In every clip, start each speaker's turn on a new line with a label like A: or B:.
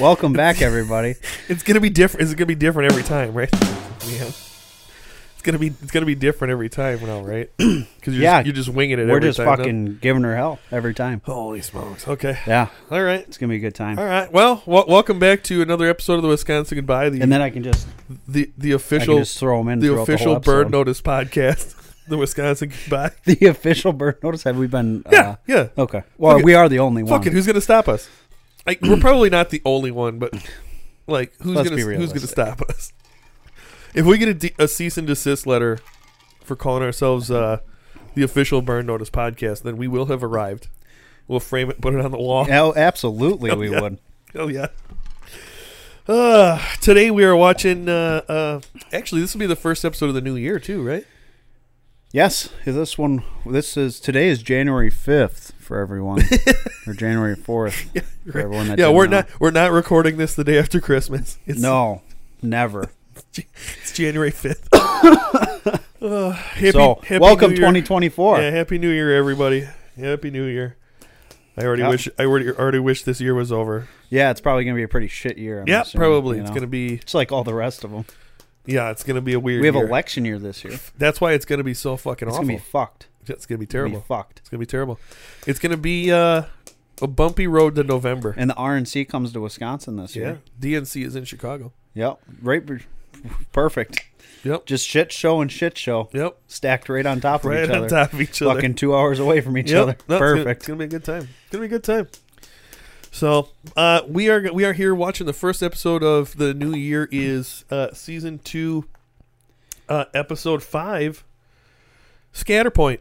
A: Welcome back, everybody.
B: It's gonna be different. It's gonna be different every time, right? Yeah. It's gonna be it's gonna be different every time now, right? Because you're
A: Yeah.
B: just, you're just winging it.
A: We're
B: every
A: just
B: time now.
A: fucking giving her hell every time.
B: Holy smokes! Okay.
A: Yeah,
B: All right.
A: it's gonna be a good time.
B: All right. Well, w- welcome back to another episode of the Wisconsin Goodbye. The
A: And then I can just
B: the the
A: I can
B: official
A: just throw them in.
B: the
A: throughout
B: official
A: whole
B: bird
A: episode.
B: notice podcast. The Wisconsin Goodbye.
A: The official bird notice. Have we been?
B: Yeah. yeah.
A: Uh, okay. Well,
B: Fuck it.
A: we are the only one.
B: Fuck it. Who's gonna stop us? Like we're probably not the only one, but like who's
A: Let's
B: gonna
A: be
B: who's gonna
A: realistic.
B: stop us? If we get a, de- a cease and desist letter for calling ourselves uh, the official burn notice podcast, then we will have arrived. We'll frame it, put it on the wall.
A: Hell, Oh, absolutely, we
B: yeah.
A: would.
B: Oh yeah. Uh, today we are watching. Uh, uh, actually, this will be the first episode of the new year too, right?
A: Yes, this one. This is today is January fifth for everyone, or January fourth for everyone. That
B: yeah,
A: didn't
B: we're
A: know.
B: not we're not recording this the day after Christmas. It's,
A: No, never.
B: it's January fifth. uh, happy,
A: so,
B: happy
A: welcome
B: New Year.
A: 2024.
B: Yeah, happy New Year, everybody. Happy New Year. I already
A: Yep.
B: wish I already already wish this year was over.
A: Yeah, it's probably gonna be a pretty shit year. I'm
B: yeah,
A: assuming,
B: probably
A: you
B: it's
A: know?
B: gonna be
A: It's like all the rest of them.
B: yeah, it's gonna be a weird.
A: We have
B: year.
A: election year this year. It's
B: That's why it's gonna be so fucking awful.
A: gonna be fucked.
B: it's gonna be
A: It's gonna be
B: terrible.
A: fucked.
B: It's gonna be terrible. It's gonna be uh, a bumpy road to November.
A: And the RNC comes to Wisconsin this
B: Yeah,
A: year.
B: DNC is in Chicago.
A: Yep. Right. per- Perfect.
B: Yep.
A: Just shit show and shit show
B: Yep,
A: stacked right on top of
B: right
A: each
B: on
A: other.
B: top of each other.
A: Fucking two hours away from each
B: Yep. No,
A: other.
B: it's gonna- It's
A: Perfect.
B: gonna, be a good time. It's gonna be a good time. So uh, we are we are here watching the first episode of the new year is uh, season two, uh, episode five, Scatterpoint.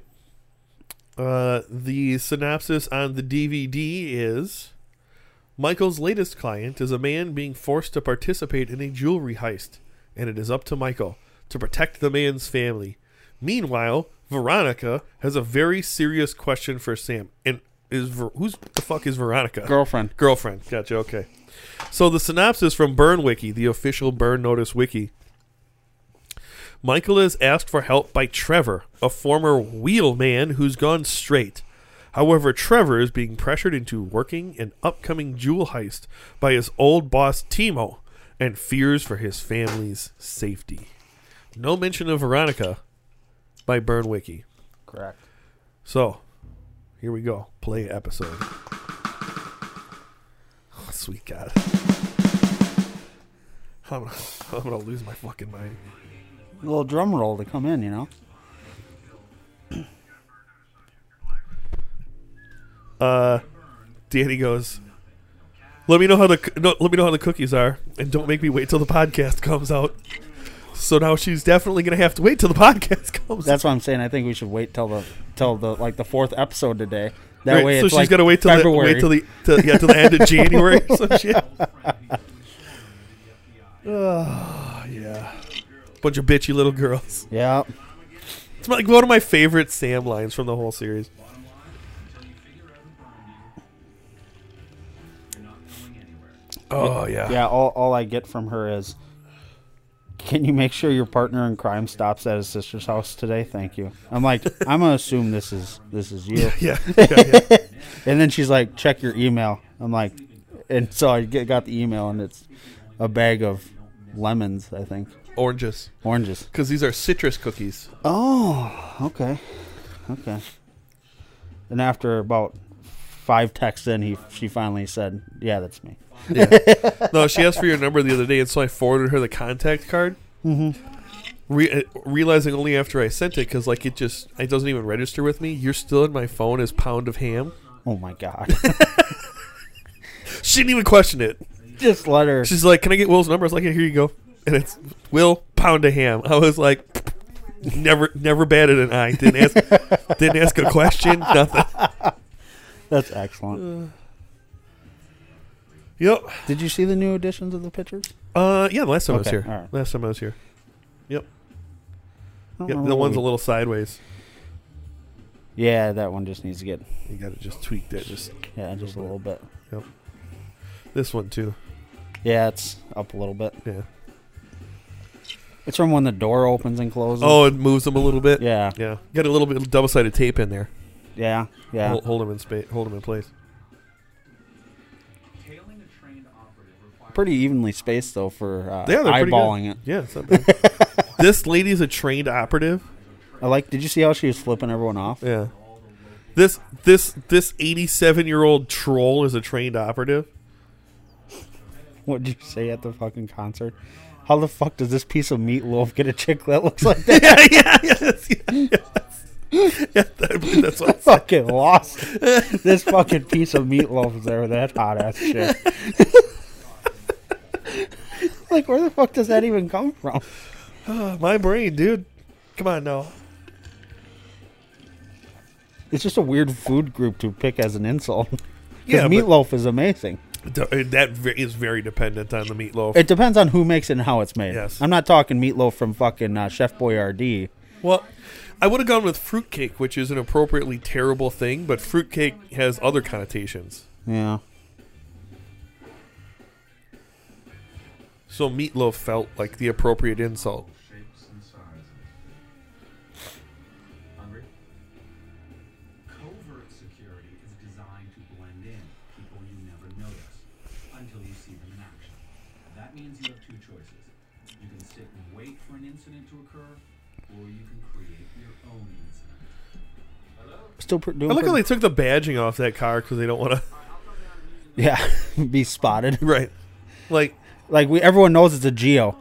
B: Uh, the synopsis on the DVD is. Michael's latest client is a man being forced to participate in a jewelry heist, and it is up to Michael to protect the man's family. Meanwhile, Veronica has a very serious question for Sam. And is Ver- who's the fuck is Veronica?
A: Girlfriend.
B: Girlfriend. Gotcha. Okay. So the synopsis from Burn Wiki, the official Burn Notice Wiki. Michael is asked for help by Trevor, a former wheelman who's gone straight. However, Trevor is being pressured into working an upcoming jewel heist by his old boss Timo and fears for his family's safety. No mention of Veronica by Burn Wiki.
A: Correct.
B: So, here we go. Play episode. Oh, sweet God. I'm gonna, I'm gonna lose my fucking mind.
A: A little drum roll to come in, you know.
B: Uh, Danny goes. Let me know how the c- no, let me know how the cookies are, and don't make me wait till the podcast comes out. So now she's definitely gonna have to wait till the podcast comes. out.
A: That's what I'm saying. I think we should wait till the till the like the fourth episode today. That
B: Right,
A: way,
B: so
A: it's
B: she's
A: like
B: gotta wait till
A: February.
B: the wait till the till, yeah till the end of January or some shit. Oh, yeah, bunch of bitchy little girls.
A: yeah.
B: It's like one of my favorite Sam lines from the whole series. Oh yeah,
A: Yeah, all, all I get from her is, can you make sure your partner in crime stops at his sister's house today? Thank you. I'm like, I'm gonna assume this is this is you.
B: yeah, yeah, yeah.
A: And then she's like, check your email. I'm like, and so I get, got the email and it's a bag of lemons, I think,
B: oranges
A: oranges.
B: because these are citrus cookies.
A: Oh, okay, okay. And after about five texts in, he she finally said, yeah, that's me.
B: No, she asked for your number the other day, and so I forwarded her the contact card. Mm-hmm. Re- uh, realizing only after I sent it, because like it just it doesn't even register with me. You're still in my phone as pound of ham.
A: Oh my god,
B: She didn't even question it.
A: just let her.
B: She's like, "Can I get Will's number?" I was like, yeah, "Here you go." And it's Will pound of ham. I was like, never never batted an eye. Didn't ask didn't ask a question. Nothing.
A: That's excellent.
B: Yep.
A: Did you see the new editions of the pictures?
B: Uh, yeah. the Last time I was
A: Okay,
B: here.
A: all right.
B: Last time I was here. Yep.
A: I don't
B: Yep.
A: remember
B: The
A: what
B: one's
A: we-
B: a little sideways.
A: Yeah, that one just needs to get
B: You gotta just tweak that. Just
A: yeah, just a little bit.
B: this one too.
A: Yeah, it's up a little bit.
B: Yeah.
A: It's from when the door opens and closes.
B: Oh, it moves them a little bit.
A: yeah,
B: Yeah. Got a little bit of double-sided tape in there.
A: yeah, yeah.
B: Hold, hold them in space. Hold them in place.
C: Tailing a trained operative
A: pretty evenly spaced though for uh,
B: Yeah, they're pretty good.
A: eyeballing it.
B: Yeah, it's not bad. this lady's a trained operative.
A: I like. Did you see how she was flipping everyone off?
B: Yeah. This this this eighty seven year old troll is a trained operative.
A: What did you say at the fucking concert? How the fuck does this piece of meatloaf get a chick that looks like that?
B: yeah, yeah, yes, yeah, yes. yeah I believe that's what I said.
A: fucking lost. it. this fucking piece of meatloaf is there. That hot ass shit. like where the fuck does that even come from?
B: Ah, my brain, dude. Come on now.
A: It's just a weird food group to pick as an insult. 'Cause
B: Yeah, but-
A: meatloaf is amazing.
B: D- uh, That ve- is very dependent on the meatloaf.
A: It depends on who makes it and how it's made.
B: Yes.
A: I'm not talking meatloaf from fucking uh, Chef Boyardee.
B: well, I would have gone with fruitcake, which is an appropriately terrible thing, but fruitcake has other connotations.
A: Yeah.
B: So meatloaf felt like the appropriate insult.
C: shapes and sizes. Hungry? Covert security is designed to blend in people you never notice until you see them in action. That means you have two choices. You can sit and wait for an incident to occur, or you can create your own incident.
A: Still pr- doing.
B: I like how
A: pretty-
B: they took the badging off that car because they don't want to.
A: yeah, be spotted.
B: Right. Like,
A: Like we, everyone knows it's a Geo.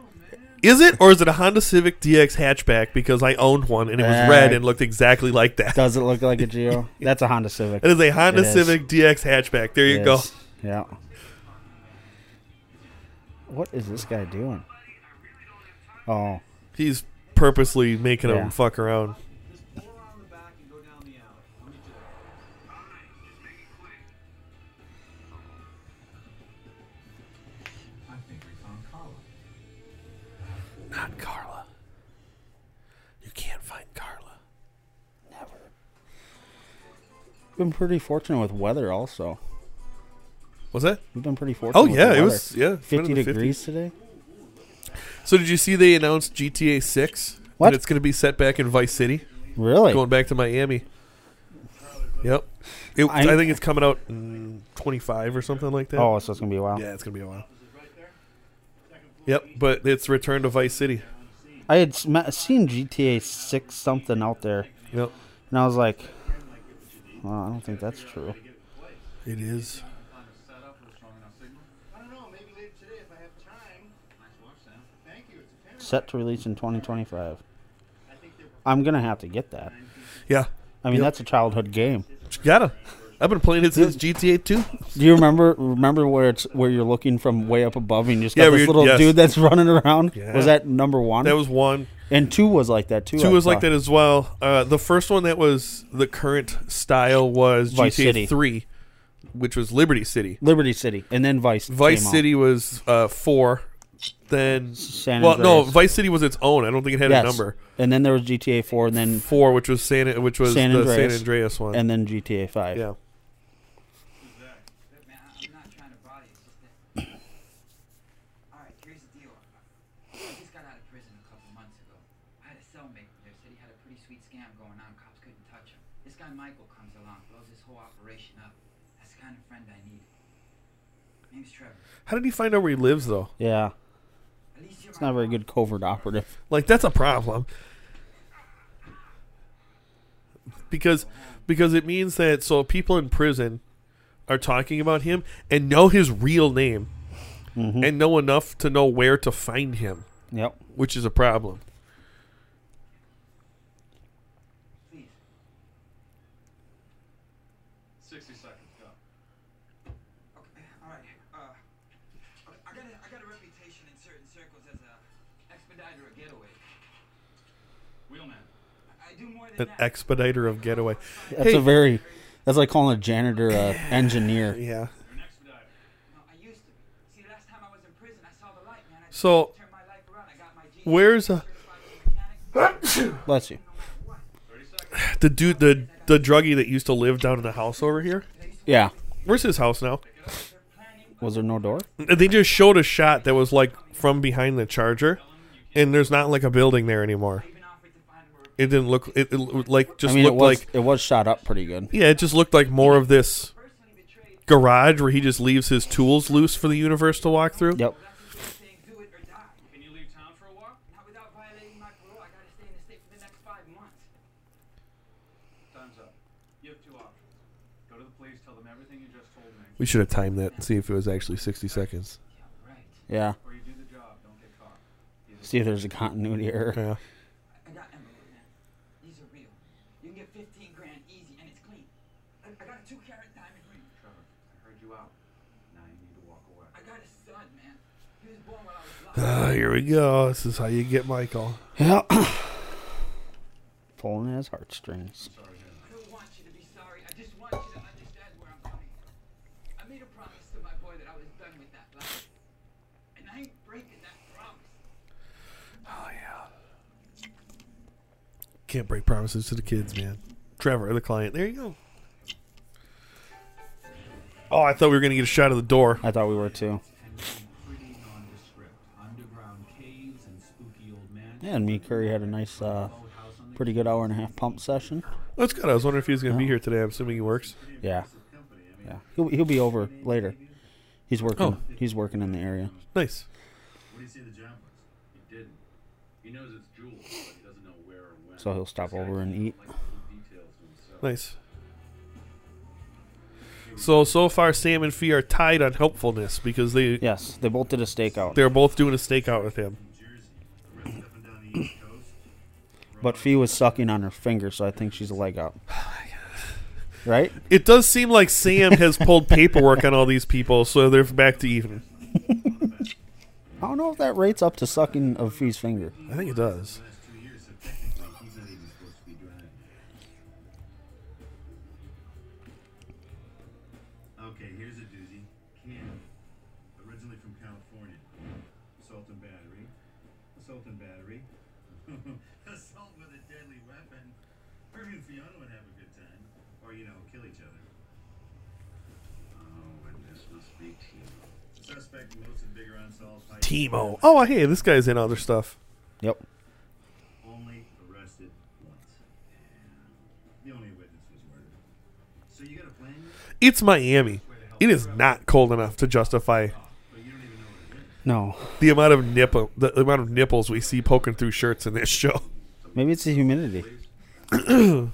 B: is it or is it a Honda Civic DX hatchback? Because I owned one and it was
A: Uh,
B: red and looked exactly like that.
A: Does it look like a Geo? That's a Honda Civic.
B: It is a Honda
A: It is.
B: Civic DX hatchback. There you go.
A: Yes. Yeah. What is this guy doing? Oh,
B: He's purposely making
A: Yeah.
B: him fuck around.
C: Just pull around the back and go down the alley. Let me just. I think we found Carla.
B: Not Carla. You can't find Carla.
A: never. Been pretty fortunate with weather, also.
B: Was that?
A: We've been pretty fortunate.
B: Oh
A: with
B: yeah,
A: the
B: it
A: weather.
B: was yeah. it's been in
A: fifty
B: the
A: degrees today.
B: 50s. So did you see they announced GTA Six?
A: What?
B: And it's going to be set back in Vice City,
A: Really?
B: going back to Miami. Yep. It, I,
A: I-
B: think it's coming out in 25 or something like that.
A: Oh, so it's gonna be a while.
B: Yeah, it's gonna be a while. Yep, but it's Return to Vice City.
A: I had sm- seen GTA six something out there,
B: Yep,
A: and I was like, well, I don't think that's true.
B: it is.
C: Find a setup or a strong enough signal.
D: I don't know. Maybe later today if I have time.
C: Nice watch, Sam.
D: Thank you. It's a pair.
A: Set to release in 2025.
D: I think they're
A: I'm gonna have to get that.
B: Yeah,
A: I mean,
B: Yep.
A: that's a childhood game.
B: gotta. I've been playing it since GTA 2.
A: Do you remember remember where it's where you're looking from way up above and you just
B: Yeah,
A: got
B: we-
A: this little
B: yes.
A: dude that's running around?
B: Yeah.
A: Was that number one?
B: That was one.
A: and two was like that too.
B: Two
A: I
B: was like
A: thought.
B: that as well. Uh, the first one that was the current style was
A: Vice
B: GTA
A: City.
B: 3, which was Liberty City.
A: Liberty City, and then Vice.
B: Vice
A: came out.
B: City was uh, four. Then,
A: San
B: well, no,
A: Andreas.
B: Vice City was its own. I don't think it had
A: Yes.
B: a number.
A: And then there was GTA four, and then
B: Four, which was San, which was
A: San
B: the San
A: Andreas.
B: Andreas one.
A: and then GTA five.
B: yeah.
D: Man, I- I'm not trying to bother you. It's just that. All right. Here's the deal. I just got out of prison a couple months ago. I had a cellmate from there. Said he had a pretty sweet scam going on. Cops couldn't touch him. This guy Michael comes along, blows this whole operation up. That's the kind of friend I need. Name's Trevor.
B: How did he find out where he lives though?
A: yeah.
D: At least you're
A: It's
D: my
A: not a very
D: boss.
A: good covert operative.
B: Like that's a problem. Because because it means that so people in prison are talking about him and know his real name
A: Mm-hmm.
B: and know enough to know where to find him,
A: Yep.
B: which is a problem.
D: Please.
C: 60 seconds, go.
D: Okay, all right. Uh, okay, I got a, I got a reputation in certain circles as a expediter of getaway.
C: Wheelman.
D: I, I do more than
B: An
D: that.
B: expediter of getaway.
A: That's
B: Hey-
A: a very. That's like calling a janitor a engineer.
B: Yeah.
C: You're an expediter.
D: no, I used to. be. See, last time I was in prison, I saw the light, man. I
B: So-
D: turned my life around. I got my G.
B: Where's uh
A: Bless you.
B: the dude the the druggie that used to live down in the house over here?
A: Yeah.
B: Where's his house now?
A: Was there no door?
B: They just showed a shot that was like from behind the charger and there's not like a building there anymore.
D: Even offered to find him a
B: It didn't look it, it like just
A: I mean, it
B: looked
A: was
B: like
A: it was shot up pretty good.
B: Yeah, it just looked like more of this.
D: personally betrayed.
B: garage where he just leaves his tools loose for the universe to walk through.
A: Yep.
D: That's what you're saying, do it or die.
C: Can you leave town for a walk?
D: Not without violating my parole. I gotta stay in the state for the next five months.
C: Time's up. You have two options. Go to the police, tell them everything you just told me,
B: We should have timed that and see if it was actually 60 seconds.
A: Yeah.
D: Yeah, right.
C: or you do the job. Don't get caught. Either
A: See if there's a continuity error.
B: Yeah.
D: I got envelope now. These are real. You can get 15 grand easy and it's clean. I, I got a two carat diamond ring.
C: Trevor, I heard you out. Now you need to walk away.
D: I got a son, man. He was born when I was
B: Ah,
D: lost.
B: here we go. This is how you get Michael.
A: Yeah. Pulling at his heartstrings.
C: Sorry, Henry.
D: I don't want you to be sorry. I just want you to understand where I'm coming from. I made a promise to my boy that I was done with that life. And I ain't breaking that promise.
A: Oh,
B: Can't break promises to the kids, man. Trevor, the client. There you go. Oh, I thought we were going to get a shot of the door.
A: I thought we were too.
C: And some pretty nondescript. Underground caves and spooky old man.
A: Yeah, and me and Curry had a nice, uh,
C: Boathouse on the
A: pretty good hour and a half pump session.
B: That's good. I was wondering if he was going to be here today. I'm assuming he works.
A: Yeah.
C: company. I mean,
A: Yeah. He'll, he'll be over later. He's working. He's working in the area.
B: Nice.
C: what do you see the job was? He didn't. He knows it's jewels, but he doesn't know where or when.
A: So he'll stop
C: This guy
A: over and
C: doesn't
A: eat.
C: like to keep details to himself.
B: Nice. So, so far, Sam and Fee are tied on helpfulness because they,
A: Yes, they both did a stakeout.
B: they're both doing a stakeout with him.
C: Jersey, the rest up and down the East Coast.
A: But Fee was sucking on her finger, so I think she's a leg up. Right?
B: It does seem like Sam has pulled paperwork on all these people, so they're back to even.
A: I don't know if that rates up to sucking of Fee's finger.
B: I think it does.
C: last two years, so technically he's not even supposed to be driving. Okay, here's a doozy. Cam, originally from California. Assault and battery. Assault and battery. Assault with a deadly weapon. Her and Fiona would have a good time. Or, you know, kill each other. Oh, and this must be Timo. Suspect most of bigger unsolved fight-
B: Timo. Oh, hey, this guy's in other stuff.
A: Yep.
C: only arrested once. The only witness was murdered. So you got a plan?
B: It's Miami. It is not cold enough to justify
C: But you don't even know what it is.
A: No.
B: the amount of nipple, the amount of nipples we see poking through shirts in this show.
A: Maybe it's the humidity.
C: Working. Tony,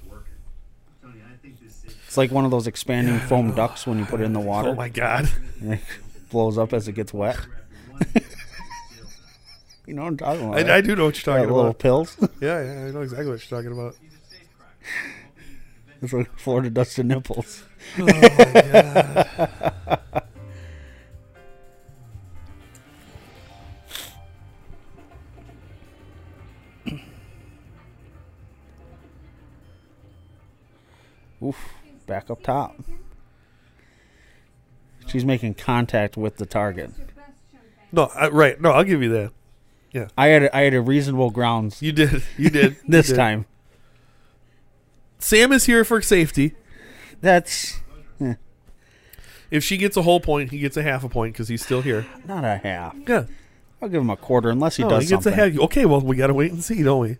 C: I think this is
A: It's like one of those expanding foam ducks when you put it in the water.
B: Oh my god.
A: It blows up as it gets wet.
C: after one year in jail time.
A: You know what I'm talking about?
B: I, I do know what you're
A: right?
B: talking
A: That little
B: about.
A: pills.
B: Yeah, yeah, I know exactly what you're talking about.
C: He's a statecraft.
A: It's like Florida dust to nipples.
B: Oh,
A: Oof. Back up top. She's making contact with the target.
B: No, I, right. No, I'll give you that.
A: I had a, I had a reasonable grounds
B: You did. You did. You
A: this
B: did.
A: time.
B: Sam is here for safety.
A: That's
B: If she gets a whole point, he gets a half a point because he's still here.
A: not a half.
B: Yeah.
A: I'll give him a quarter unless he
B: No,
A: does
B: he gets
A: something.
B: a half. Okay, well, we got to wait and see, don't we?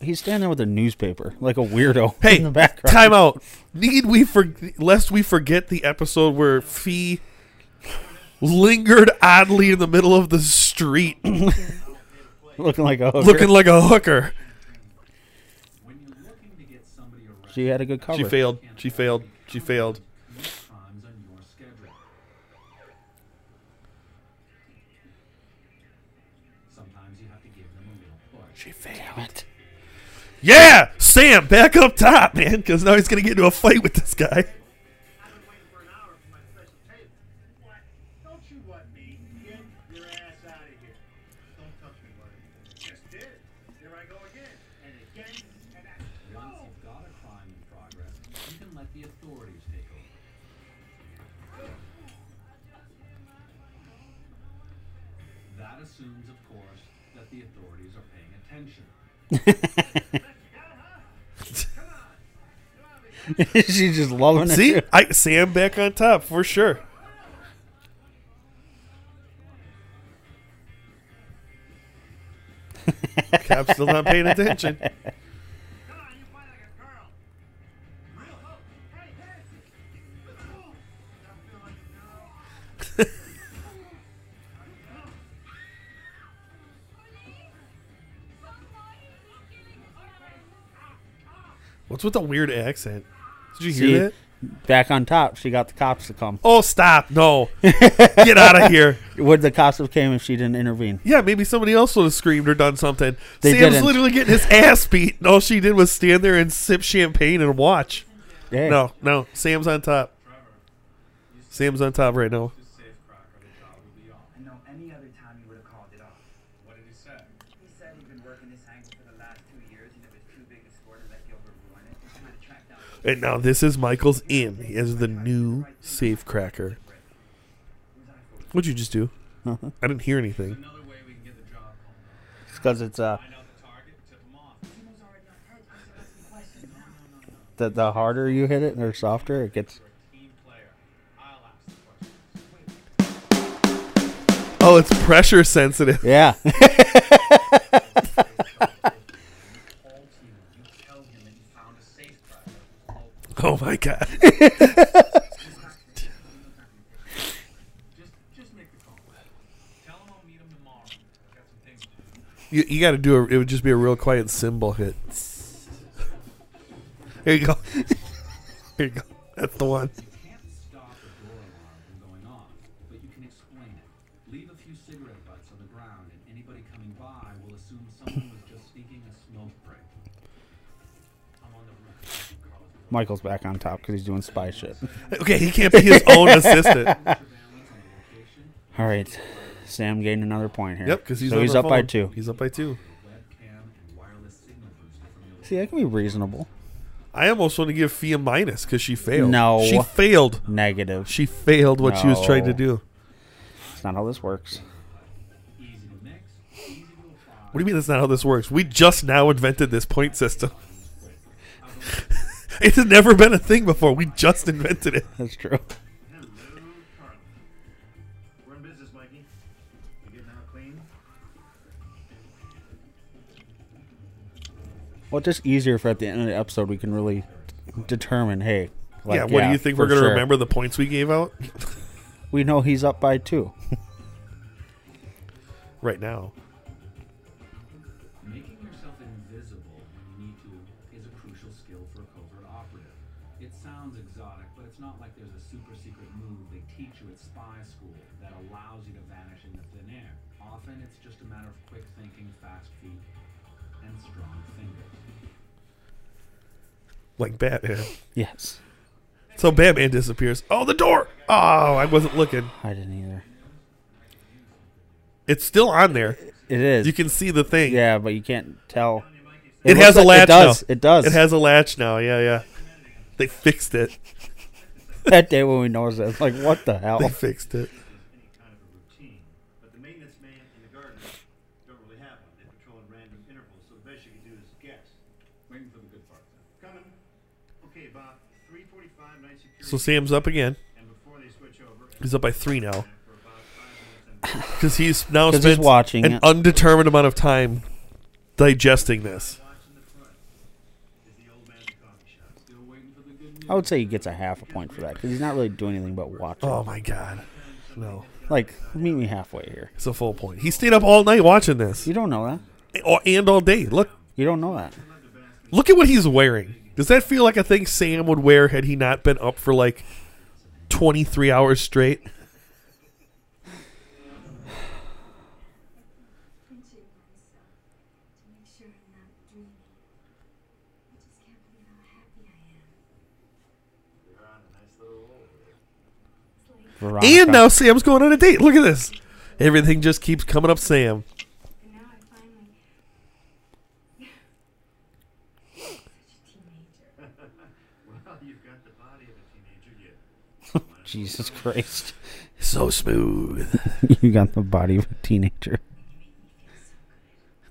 A: He's standing there with a newspaper, like a weirdo
B: Hey,
A: in the background.
B: time out. Need we for lest we forget the episode where Fee lingered oddly in the middle of the street,
A: looking like a hooker.
B: looking like a hooker.
C: When you're looking to get somebody arrested,
A: she had a good cover.
B: She failed. She failed. She failed.
C: commit crimes on your schedule. Sometimes you have to give them a little push.
A: She failed.
B: Yeah, Sam, back up top, man, because now he's gonna get into a fight with this guy.
C: I've been waiting for an hour for my special table. What? Don't you want me? Get your ass out of here. Don't touch me, buddy. Just did. Here I go again. And again. And I- Once you've got a crime in progress, you can let the authorities take over. That assumes, of course, that the authorities are paying attention.
A: She's just loving it.
B: Oh, See, I, Sam back on top for sure. Cap's still not paying attention.
D: Come on, you fight like a girl. Really? hey, hey. Let's move.
B: What's with the weird accent? Did you
A: See?
B: hear that?
A: Back on top, she got the cops to come.
B: Oh, stop! No, get out of here.
A: Would the cops have came if she didn't intervene?
B: Yeah, maybe somebody else would have screamed or done something.
A: They
B: Sam's
A: didn't.
B: literally getting his ass beat, and all she did was stand there and sip champagne and watch.
A: Yeah.
B: No, no, Sam's on top. Sam's on top right now.
C: Safecracker the job would be off.
D: I know any other time you would have called it off.
C: What did he say?
D: He said he'd been working this angle for the last two years and it was too big a score to let Gilbert ruin it. He's trying to track down the
B: And now this is Michael's in as the new safecracker. What'd you just do?
A: Nothing.
B: I didn't hear anything.
C: Another way we can get the job called off.
A: It's because it's uh
C: Find out the target, tip him off.
A: the, the harder you hit it or softer it gets.
C: Team player. I'll ask the question.
B: Oh, it's pressure sensitive.
A: Yeah.
C: All team, you tell him that you found a safecracker.
B: Oh my god.
C: Just, just make the call. Tell him I'll meet him tomorrow. I've got some things to do.
B: You, you got to do a, it. Would just be a real quiet cymbal hit. There you go. There you go. That's the one.
C: Can't stop a door alarm from going off, but you can explain it. Leave a few cigarette butts on the ground, and anybody coming by will assume someone was just sneaking a smoke break. I'm on the roof. Carlos
A: Michael's back on top because he's doing spy shit.
B: Okay, he can't be his own assistant.
C: surveillance on the location.
A: All right. Sam gained another point here.
B: Yep, because he's
A: so
B: on
A: he's
B: the
A: up by
B: phone.
A: two.
B: He's up by two.
C: Webcam and wireless signal booster from your
A: See, that can be reasonable.
B: I almost want to give Fia minus because she failed.
A: No.
B: she failed.
A: Negative.
B: She failed what she was trying to
A: No.
B: do.
A: That's not how this works.
C: easy to mix, easy to apply.
B: What do you mean that's not how this works? We just now invented this point system. it's never been a thing before. We just invented it.
A: That's true.
C: Hello, Carl. We're in business, Mikey. You getting out clean?
A: Well, it's just easier for at the end of the episode we can really determine. Hey, like,
B: yeah. What do you think we're
A: for
B: gonna
A: sure.
B: remember the points we gave out
A: We know he's up by two.
B: right now?
C: Making yourself invisible when you need to is a crucial skill for a covert operative. It sounds exotic, but it's not like there's a super secret move they teach you at spy school that allows you to vanish into thin air. Often it's just a matter of quick thinking, fast feet, and strong fingers.
B: Like Batman.
A: yes,
B: So Batman disappears. Oh, the door! Oh, I wasn't looking.
A: I didn't either.
B: It's still on there.
A: It is.
B: You can see the thing.
A: yeah, but you can't tell.
B: It,
A: looks
B: has a latch
A: like- It does.
B: now.
A: It does.
B: It has a latch now. Yeah, yeah. They fixed it.
A: that day when we noticed it. It's like, what the
B: They
A: hell?
B: fixed it.
E: any kind of a routine. But the maintenance man and the gardener don't really have one. They patrol in random intervals, so the best you can do is guess.
C: Waiting for the good part. then.
E: Coming. Okay, about 3:45 night security.
B: So Sam's up again.
E: and before they switch over, and
B: He's up by three now
E: for about five minutes, and
B: because he's now
A: 'Cause
B: spent
A: he's watching
B: an
A: it.
B: undetermined amount of time digesting this.
E: watching the front is the old man's coffee shop.
C: Still waiting for the good news.
A: I would say he gets a half a point for that because he's not really doing anything but watching.
B: Oh my god. No,
A: Like, meet me halfway here.
B: it's a full point. He stayed up all night watching this,
A: You don't know that.
B: Or- and all day. Look,
A: You don't know that.
B: look at what he's wearing. Does that feel like a thing Sam would wear had he not been up for like twenty three hours straight?
F: pinching myself to make sure I'm not dreaming. I just can't believe how happy I am. It's like
A: Veronica.
B: And now Sam's going on a date. Look at this. Everything just keeps coming up, Sam.
F: And now I finally. Such a teenager.
E: Well, you've got the body of a teenager yet.
A: Jesus Christ.
B: So smooth.
A: you got the body of a teenager.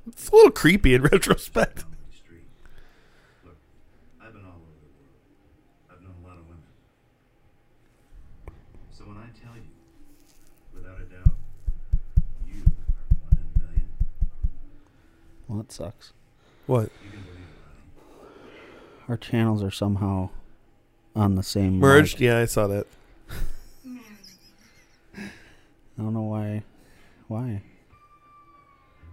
B: It's a little creepy in retrospect.
E: on the street. Look, I've been all over the world. I've known a lot of women. So when I tell you, without a doubt, you are one in a million,
A: Well, that sucks.
B: What?
E: you can believe it, Ronnie.
A: Our channels are somehow on the same
B: Merged?
A: mic.
B: Yeah, I saw that.
A: I don't know why. Why?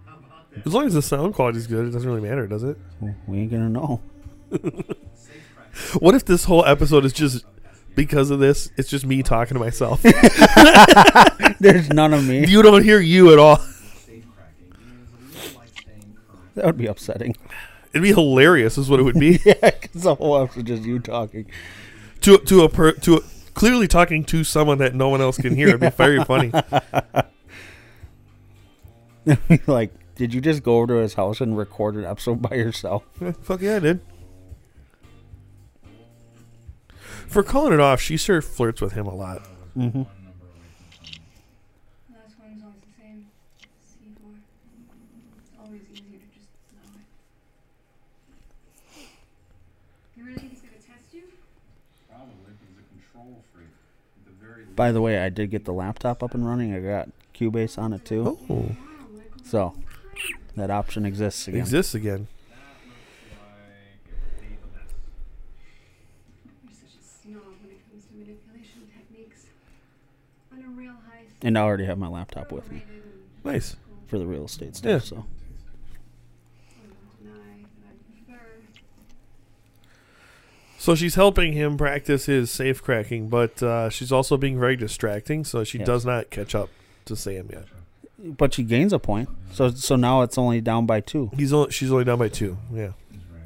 E: How about that?
B: As long as the sound quality's good, it doesn't really matter, does it?
A: Well, we ain't gonna know.
B: What if this whole episode is just because of this? It's just me talking to myself.
A: There's none of me.
B: you don't hear you at all.
C: Safecracking is a little like staying current.
A: That would be upsetting.
B: It'd be hilarious, is what it would be
A: yeah, because the whole episode is just you talking.
B: to to a per, to a, clearly talking to someone that no one else can hear. It'd be very funny.
A: like, did you just go over to his house and record an episode by yourself?
B: Yeah, Fuck yeah, I did. For calling it off, she sure flirts with him a lot.
A: Mm-hmm.
F: Last one's always the same. C4. It's always easier to just blow it. You really think he's gonna test you?
C: Probably because a control freak. At the very least,
A: By the way, I did get the laptop up and running. I got Cubase on it too.
B: Oh,
F: Wow, Michael.
A: So, that option exists again.
B: exists again.
C: that looks like it would be a mess.
F: You're such a snob when it comes to manipulation techniques. On a real heist,
A: And I already have my laptop with me
F: rated and
B: Nice.
A: for the real estate stuff.
B: Yeah.
A: So,
F: I don't deny that I prefer
B: So she's helping him practice his safe cracking, but uh, she's also being very distracting, so she
A: Yeah.
B: does not catch up to Sam yet.
A: but she gains a point. So, so now it's only down by two.
B: He's only, she's only down by two. Yeah.
C: He's ready to meet.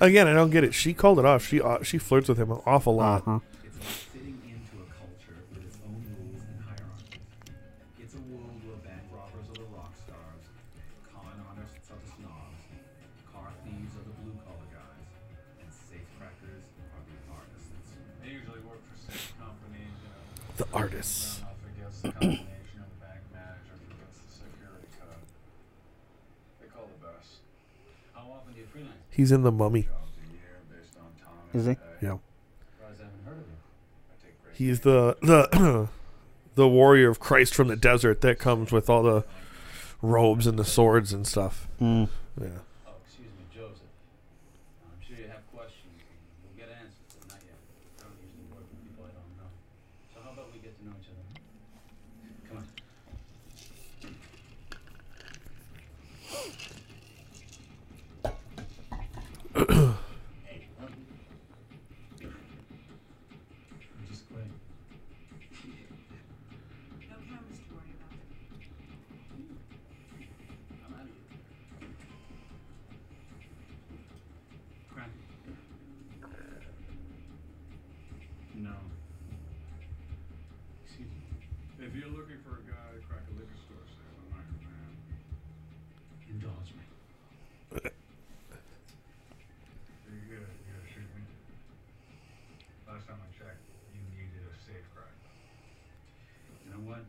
B: Again, I don't get it. She called it off. She uh, she flirts with him an awful lot.
A: Uh-huh.
C: It's like fitting into a culture with its own rules and hierarchies. It's a world where bank robbers are the rock stars, con artists are the snobs, car thieves are the blue collar guys, and safecrackers are the artisans. They usually work for safe companies, you know,
B: The artists.
C: off against the combination of the bank manager who gets the security code. They call the best. How often do you freelance
B: He's in the mummy.
C: jobs a year based on time?
A: Is he?
B: Yeah.
C: Surprised I haven't heard of you. I take great
B: He's the the the warrior of Christ from the desert that comes with all the robes and the swords and stuff.
A: Mm.
B: Yeah.
C: Oh, excuse me, Joseph. I'm sure you have questions. We'll get answers, but not yet. I don't usually work with people I don't know. So how about we get to know each other? Come on. Just quit.
F: no cameras to worry about.
C: I'm out of here. Crack. No. Excuse me.
E: If you're looking for a guy to crack a liquor store sale, I'm not your man.
C: Indulge me.
E: You're good. You gotta shoot me. Last time I checked, you needed a safe crack.
C: You know what?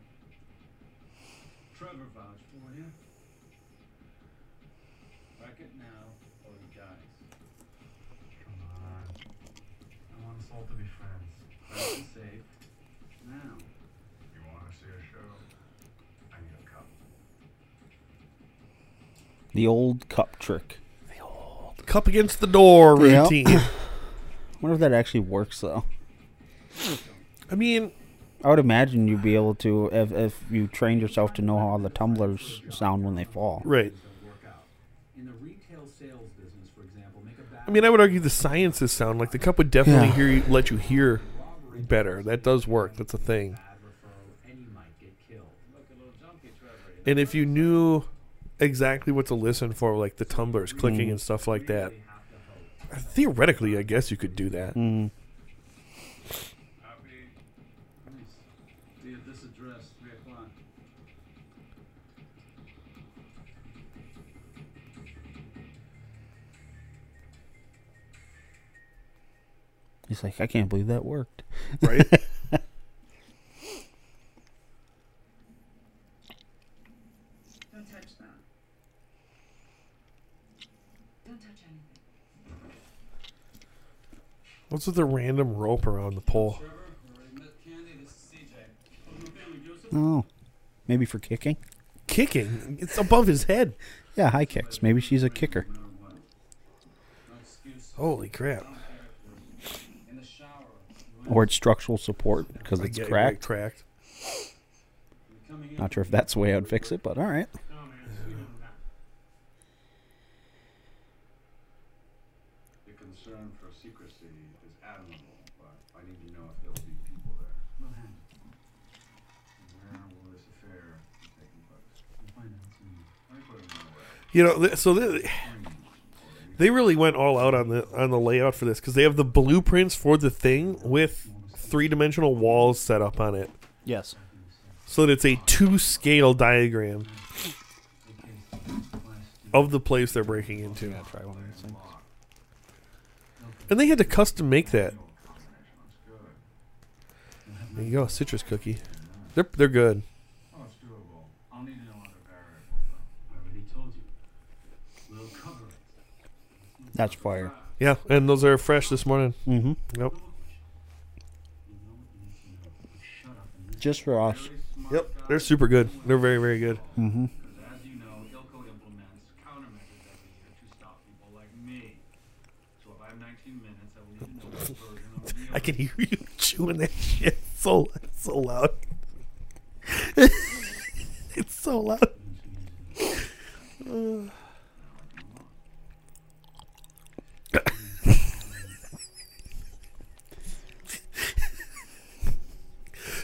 C: Trevor vouched for you. Wreck it now or he dies.
E: Come on. I want us all to be friends.
C: Crack it safe. Now.
E: You wanna see a show? I need a cup.
A: The old cup trick.
B: Cup against the door
A: Yeah.
B: routine.
A: wonder if that actually works though.
B: I mean,
A: I would imagine you'd be able to if, if you trained yourself to know how the tumblers sound when they fall.
B: right.
C: Don't work out. In the retail sales business, for example, make a
B: I mean, I would argue the sciences sound like the cup would definitely
A: Yeah.
B: hear you, let you hear better. That does work. That's a thing.
C: bad referral and you might get killed. Look a little junkie, Trevor. you know?
B: And if you knew exactly what to listen for, like the tumblers
A: Mm.
B: clicking and stuff like that,
C: You have to hope.
B: theoretically, I guess you could do that.
A: Mm.
E: Happy?
C: Nice. Be at this address, 3 o'clock.
A: He's like, I can't believe that worked.
B: right?
F: Don't touch that. Don't touch anything.
B: What's with the random rope around the pole?
C: Trevor, we already met Candy. This is CJ. From the family, Joseph.
A: Oh, maybe for kicking?
B: Kicking. It's above his head.
A: Yeah, high kicks. Maybe she's a kicker.
C: No what? No excuse.
B: Holy crap.
C: Don't care. In the shower.
A: Or it's structural support because
B: I
A: it's
B: get it,
A: cracked.
B: Cracked.
C: You're coming in.
A: Not sure if that's the way I'd fix it, but all right.
E: No,
B: You know, th- so they, they really went all out on the on the layout for this because they have the blueprints for the thing with three dimensional walls set up on it,
A: Yes.
B: so that it's a two scale diagram of the place they're breaking into.
A: Gotta try one of these things.
B: And they had to custom make that. There you go, citrus cookie. They're they're good.
C: Oh, it's doable. I'll need another variable, though. I already told you. We'll cover it.
A: That's fire.
B: Yeah, and those are fresh this morning.
A: Mm-hmm.
B: Yep.
A: Just for us.
B: Yep. They're super good. They're very very good.
A: Mm-hmm.
C: As you know, ILCO implements countermeasures every year to stop people like me. So if I have 19 minutes, I will need to know what version of the
B: I can hear you chewing that shit so so loud. it's so loud.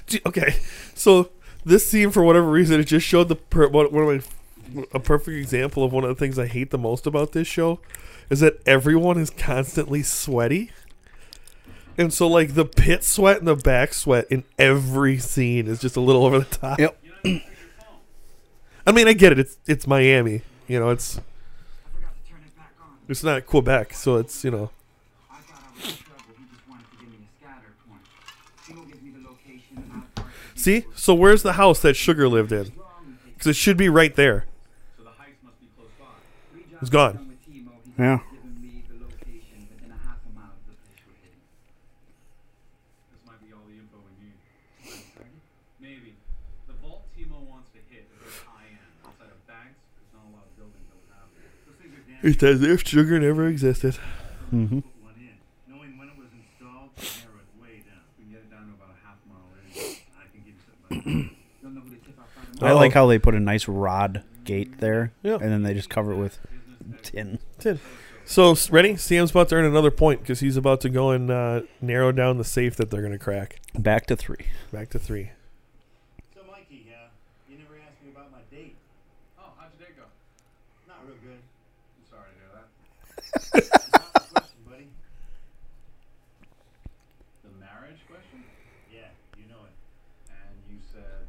B: Gee, okay, so this scene, for whatever reason, it just showed the per- one one of my a perfect example of one of the things I hate the most about this show is that everyone is constantly sweaty. And so, like, the pit sweat and the back sweat in every scene is just a little over the top.
A: Yep.
B: I mean, I get it. It's it's Miami. You know, it's
D: I forgot to turn it back on.
B: it's not Quebec, so it's you know.
D: I thought I was in trouble. He just wanted to give me a scatter point. He will give me the location and how far it is
B: See, so where's the house that Sugar lived in?
D: wrong with it.
B: Because it should be right there.
C: So the heist must be close by.
D: Three
B: It's
D: jobs
B: gone.
D: done with Timo. He's
A: Yeah.
D: given me the location within a half a mile of the place we're hitting.
C: This might be all the info we need. Maybe. The vault Timo wants to hit is at high end. Outside of banks, there's not a lot of buildings that would have it. Those things are
B: It
C: damaged.
B: says if Sugar never existed.
A: Mm-hmm.
E: Put one in. Knowing when it was installed, to narrow it way down.
C: We can get it down to about a half mile radius.
E: I can give you something. like that.
D: You'll know who to tip off by
A: I
B: Uh-oh.
A: like how they put a nice rod gate there,
B: Oh. Yeah.
A: and then they just cover it with tin.
B: Ten. So s- ready? Sam's about to earn another point because he's about to go and uh, narrow down the safe that they're gonna crack.
A: Back to three.
B: Back to three.
E: So, Mikey, uh, you never asked me about my date.
C: Oh, how'd your day go? I'm
E: Not real good.
C: sorry to hear
E: Not
C: that.
E: the question, buddy.
C: The marriage question?
E: Yeah, you know it.
C: And you said,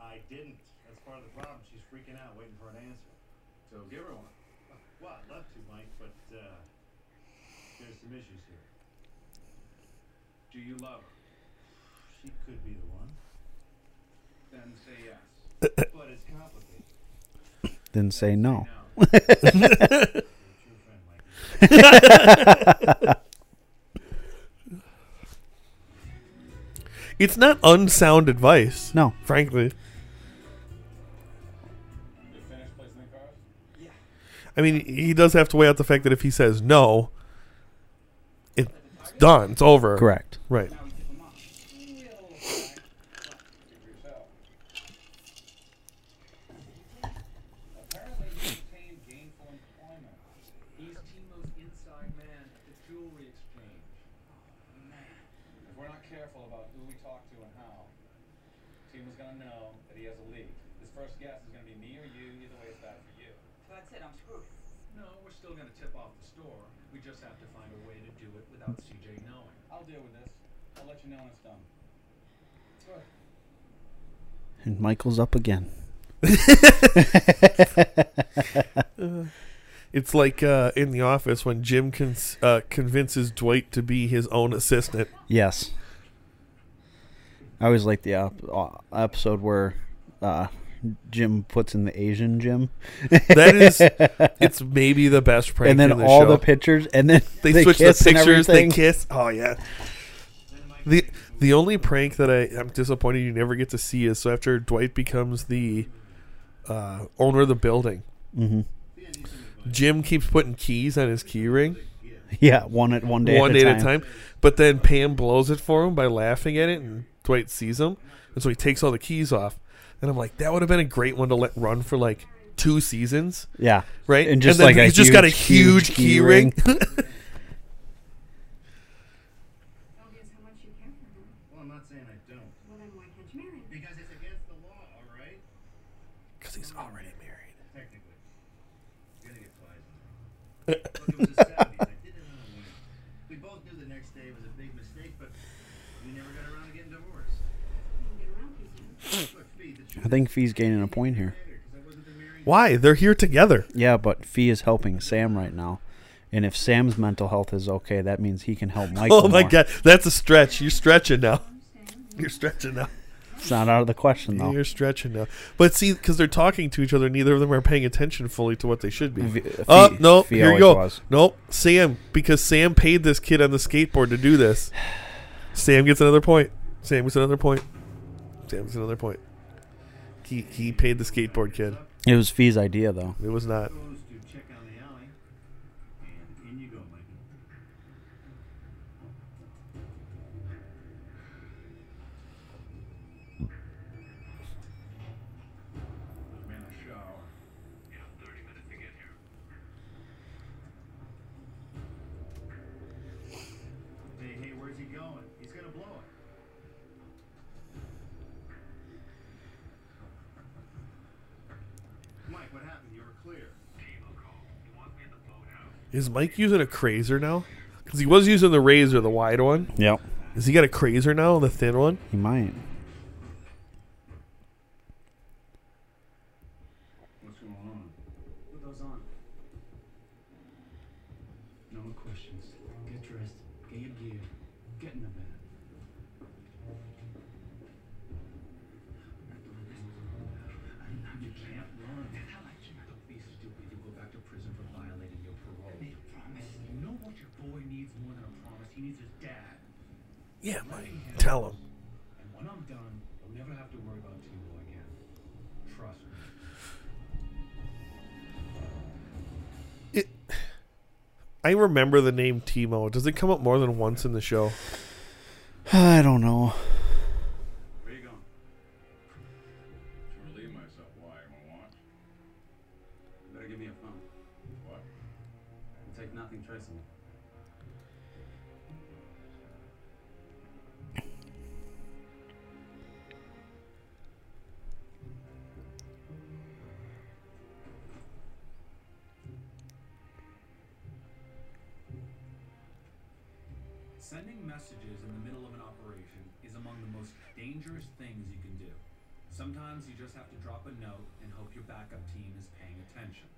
E: I didn't. That's part of the problem. She's freaking out, waiting for an answer.
C: so give her one.
E: Well, I'd love to, Mike, but uh, there's some issues here.
C: Do you love her?
E: She could be the one,
C: Then say yes.
E: but it's complicated.
A: Then say no.
C: No.
E: You're a true friend, Mike.
B: It's not unsound advice.
A: No.
B: Frankly,
C: You finished placing the cards?
B: I mean, he does have to weigh out the fact that if he says no, it's done. It's over.
A: Correct.
B: Right.
D: now we tip him off.
C: Speak for yourself. Apparently, he obtained gainful employment. He's Timo's inside man at the jewelry exchange. If we're not careful about who we talk to and how, Timo's gonna know that he has a lead. His first guess is gonna be me or you. Either way, it's bad for you.
D: So that's it. I'm screwed.
C: No, we're still gonna tip off the store. We just have to find a way to do it without CJ knowing. I'll deal with this. I'll let you know when it's done. Good.
A: And Michael's up again.
B: It's like uh, in the office when Jim con- uh, convinces Dwight to be his own assistant.
A: Yes. I always like the op- uh, episode where uh, Jim puts in the Asian Jim,
B: That is, it's maybe the best prank.
A: and then
B: in the
A: all
B: show.
A: the pictures, and then
B: they, switch the
A: kiss and
B: pictures. They
A: everything.
B: kiss. Oh yeah. The the only prank that I I'm disappointed you never get to see is so after Dwight becomes the uh, owner of the building,
A: Mm-hmm.
B: Jim keeps putting keys on his key ring.
A: Yeah, one at one day.
B: one
A: at
B: day
A: a
B: at a time. But then Pam blows it for him by laughing at it, and Dwight sees him, and so he takes all the keys off. And I'm like, that would have been a great one to let run for like two seasons,
A: Yeah.
B: right?
A: And just
B: then
A: like a
B: he's just got a huge,
A: huge, huge
B: key
A: key
B: ring.
F: Obvious how much you care for her.
E: Well, I'm not saying I don't.
F: Well, then why can't you marry her?
E: Because it's against the law, all right?
B: Because he's already married.
E: Technically. You
C: Kennedy applies. Look, it was a Saturday. I did it on a whim. We both knew the next day was a big mistake, but we never got around to getting divorced. Look, Fee, the
A: I
C: truth
A: think Fee's gaining a point here.
C: mattered 'cause I wasn't the marrying
B: Why? They're here together.
A: Yeah, but Fee is helping Sam right now. And if Sam's mental health is okay, that means he can help Michael.
B: oh my
A: more.
B: god, that's a stretch. You're stretching now. You're stretching now.
A: It's not out of the question though.
B: You're stretching now. But see, because they're talking to each other, neither of them are paying attention fully to what they should be.
A: V-
B: oh
A: Fee-
B: no!
A: Fee
B: here you
A: always
B: go.
A: was.
B: Nope, Sam. Because Sam paid this kid on the skateboard to do this. Sam gets another point. Sam gets another point. Sam gets another point. He he paid the skateboard kid.
A: It was Fee's idea though.
B: It was not.
C: goes to check on the alley, and in you go, Michael. I'm in the shower. Yeah, 30 minutes to get here. Hey, hey, where's he going? He's gonna blow it. Mike, what happened? You were clear.
B: Is Mike using a crazer now? Because he was using the razor, the wide one.
A: Yep.
B: Has he got a crazer now, the thin one?
A: He might.
C: What's going on? What goes on? No more questions. Get dressed. Get your gear. Get in the van. You can't run. Don't be stupid. You'll go back to prison for violating your parole. I made a promise. You know what your boy needs more than a promise? He needs his dad.
B: Yeah, Mike. Tell him.
C: And when I'm done, you'll never have to worry about Tilo again. Trust me.
B: It, I remember the name Timo. Does it come up more than once in the show?
A: I don't know.
C: Where you going? To relieve myself. Why? I won't watch. Better give me a phone. What? Take nothing traceable. Sending messages in the middle of an operation is among the most dangerous things you can do. Sometimes you just have to drop a note and hope your backup team is paying attention.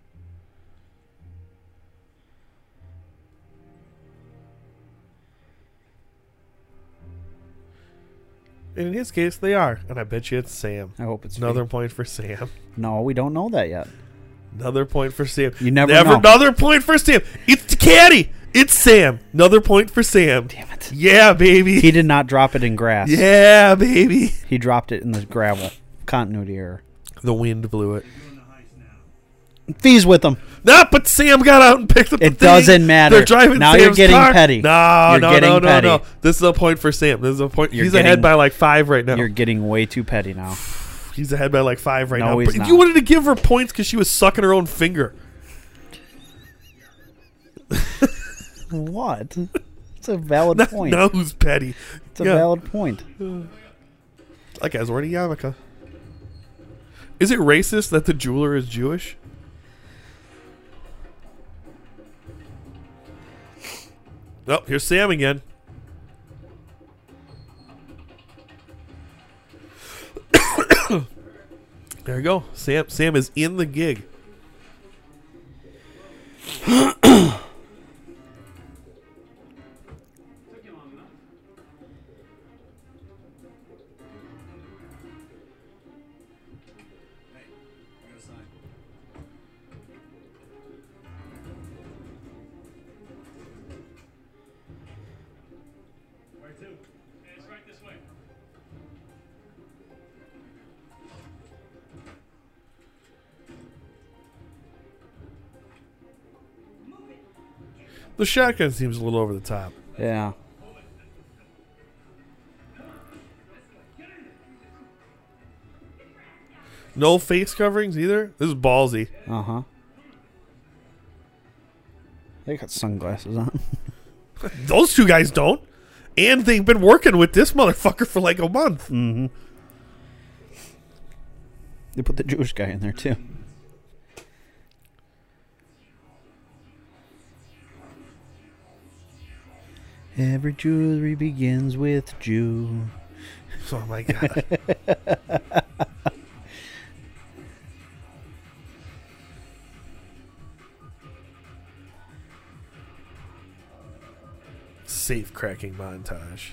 B: And in his case, they are. And I bet you it's Sam.
A: I hope it's
B: Another
A: Fee.
B: point for Sam.
A: No, we don't know that yet.
B: Another point for Sam.
A: You never know.
B: Another point for Sam. It's the caddy. It's Sam. Another point for Sam.
A: Damn it.
B: Yeah,
A: He
B: baby.
A: did not drop it in grass.
B: Yeah, baby.
A: He dropped it in the gravel. Continuity error.
B: The wind blew it.
C: Doing the heist now.
A: Fee's with him.
B: Nah, but Sam got out and picked up the
A: It
B: thing.
A: doesn't matter.
B: They're driving
A: Now
B: Sam's
A: you're getting
B: car.
A: petty.
B: No,
A: You're
B: no,
A: getting
B: no, no,
A: petty.
B: no. This is a point for Sam. This is a point.
A: You're
B: he's
A: getting-
B: ahead by like five right now.
A: You're getting way too petty now.
B: He's ahead by like five right
A: No,
B: now.
A: he's
B: But
A: not.
B: You wanted to give her points because she was sucking her own finger.
A: What? It's a valid point.
B: now who's petty?
A: It's a
B: Yeah.
A: valid point.
B: That guy's wearing a yarmulke. Is it racist that the jeweler is Jewish? Oh, here's Sam again. there you go. Sam Sam is in the gig.
C: Took you long enough. Hey, I got a sign. Where to? It's right this way.
B: The shotgun seems a little over the top.
A: Yeah.
B: No face coverings either. This is ballsy.
A: Uh huh. They got sunglasses on.
B: Those two guys don't. And they've been working with this motherfucker for like a month. Mm.
A: they put the Jewish guy in there too. Every jewelry begins with Jew.
B: Oh my god. Safe cracking montage.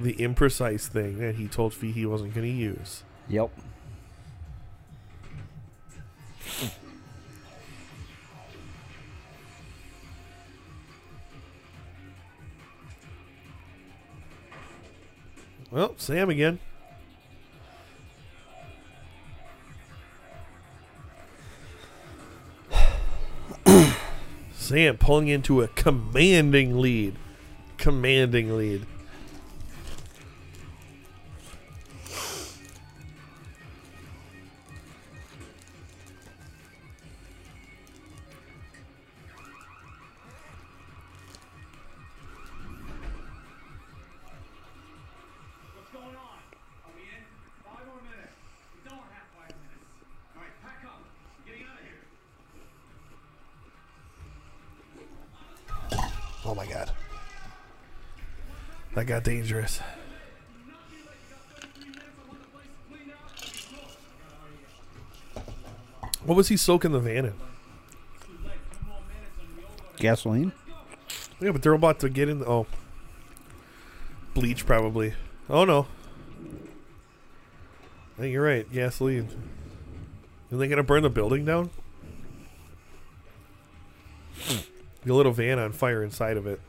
B: The imprecise thing that he told Fee he wasn't going to use.
A: Yep.
B: Well, Sam again. Sam pulling into a commanding lead. Commanding lead.
C: What's going on? Are we in? Five more minutes. We don't have five minutes. All right, pack up. We're getting out of here.
B: Oh my god. That got dangerous. What was he soaking the van in?
A: Gasoline?
B: Yeah, but they're about to get in. The, oh, bleach probably. Oh no. Hey, you're right. Gasoline. Are they gonna burn the building down? Your little van on fire inside of it.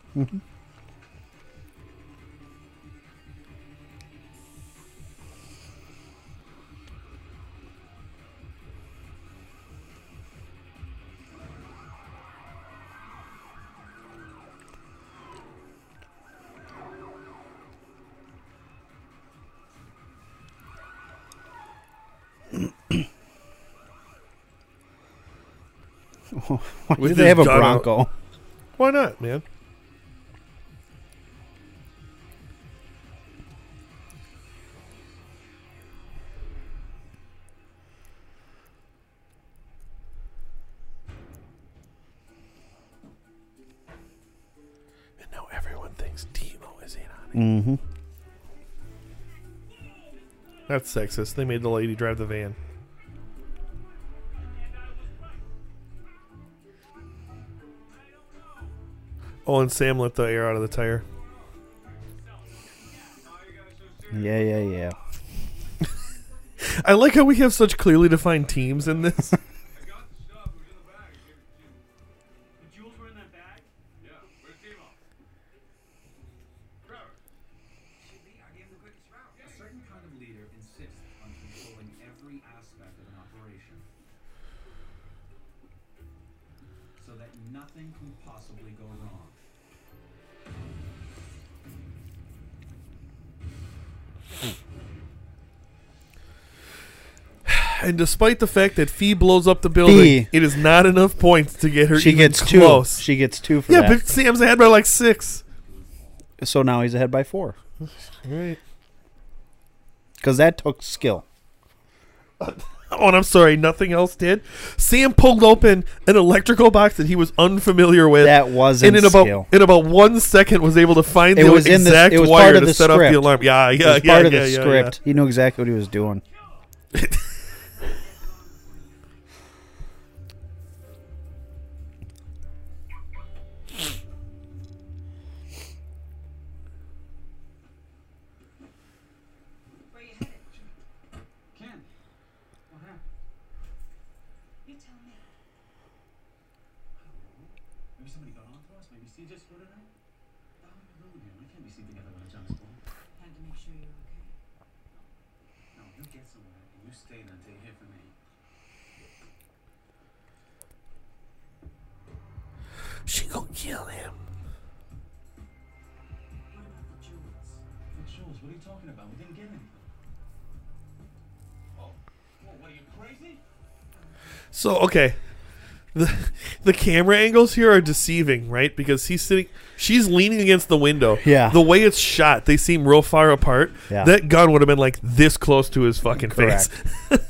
A: Why
B: With
A: do they
B: his
A: have a
B: gun out.
A: Bronco?
B: Why not, man? And now everyone thinks Timo is in on it.
A: Mm-hmm.
B: That's sexist. They made the lady drive the van. Oh, and Sam let the air out of the tire.
A: Yeah, yeah, yeah.
B: I like how we have such clearly defined teams in this.
C: Got the stuff. It was in the bag. I gave it to Jim. The jewels were in that bag? Yeah. Where's Timo? Trevor.
G: Should be. I gave him the quickest route.
C: A certain kind of leader insists on controlling every aspect of an operation so that nothing can possibly go wrong.
B: and despite the fact that Fee blows up the building,
A: Fee.
B: it is not enough points to get her
A: She
B: even
A: gets
B: close.
A: two. She gets two for
B: yeah,
A: that.
B: but Sam's ahead by like six.
A: so now he's ahead by four.
B: Right.
A: Because that took skill.
B: Oh, and I'm sorry, nothing else did. Sam pulled open an electrical box that he was unfamiliar with.
A: That wasn't
B: and in about
A: skill.
B: in about one second was able to find
A: It
B: the
A: was in the-
B: exact
A: it was
B: wire
A: part of
B: to
A: the
B: set off
A: script.
B: the alarm. Yeah,
A: It
B: yeah,
A: was
B: yeah,
A: part of
B: yeah,
A: the
B: yeah,
A: script. He knew exactly what he was doing.
D: Where you headed?
C: Ken, what happened?
D: You tell me.
C: Maybe somebody got onto us? Maybe CJ squirted out? How are we doing here? We can't be seen together when a junk school.
D: Had to make sure you're okay.
C: No, you get somewhere and you stay there until you hear from me.
B: yeah. She gonna kill him.
D: What about the jewels?
C: The jewels, what are you talking about? We didn't get anything. Oh, well, what are you crazy?
B: So okay, the the camera angles here are deceiving, right? Because he's sitting, she's leaning against the window.
A: Yeah.
B: The way it's shot, they seem real far apart.
A: Yeah.
B: That gun would have been like this close to his fucking
A: Correct.
B: face.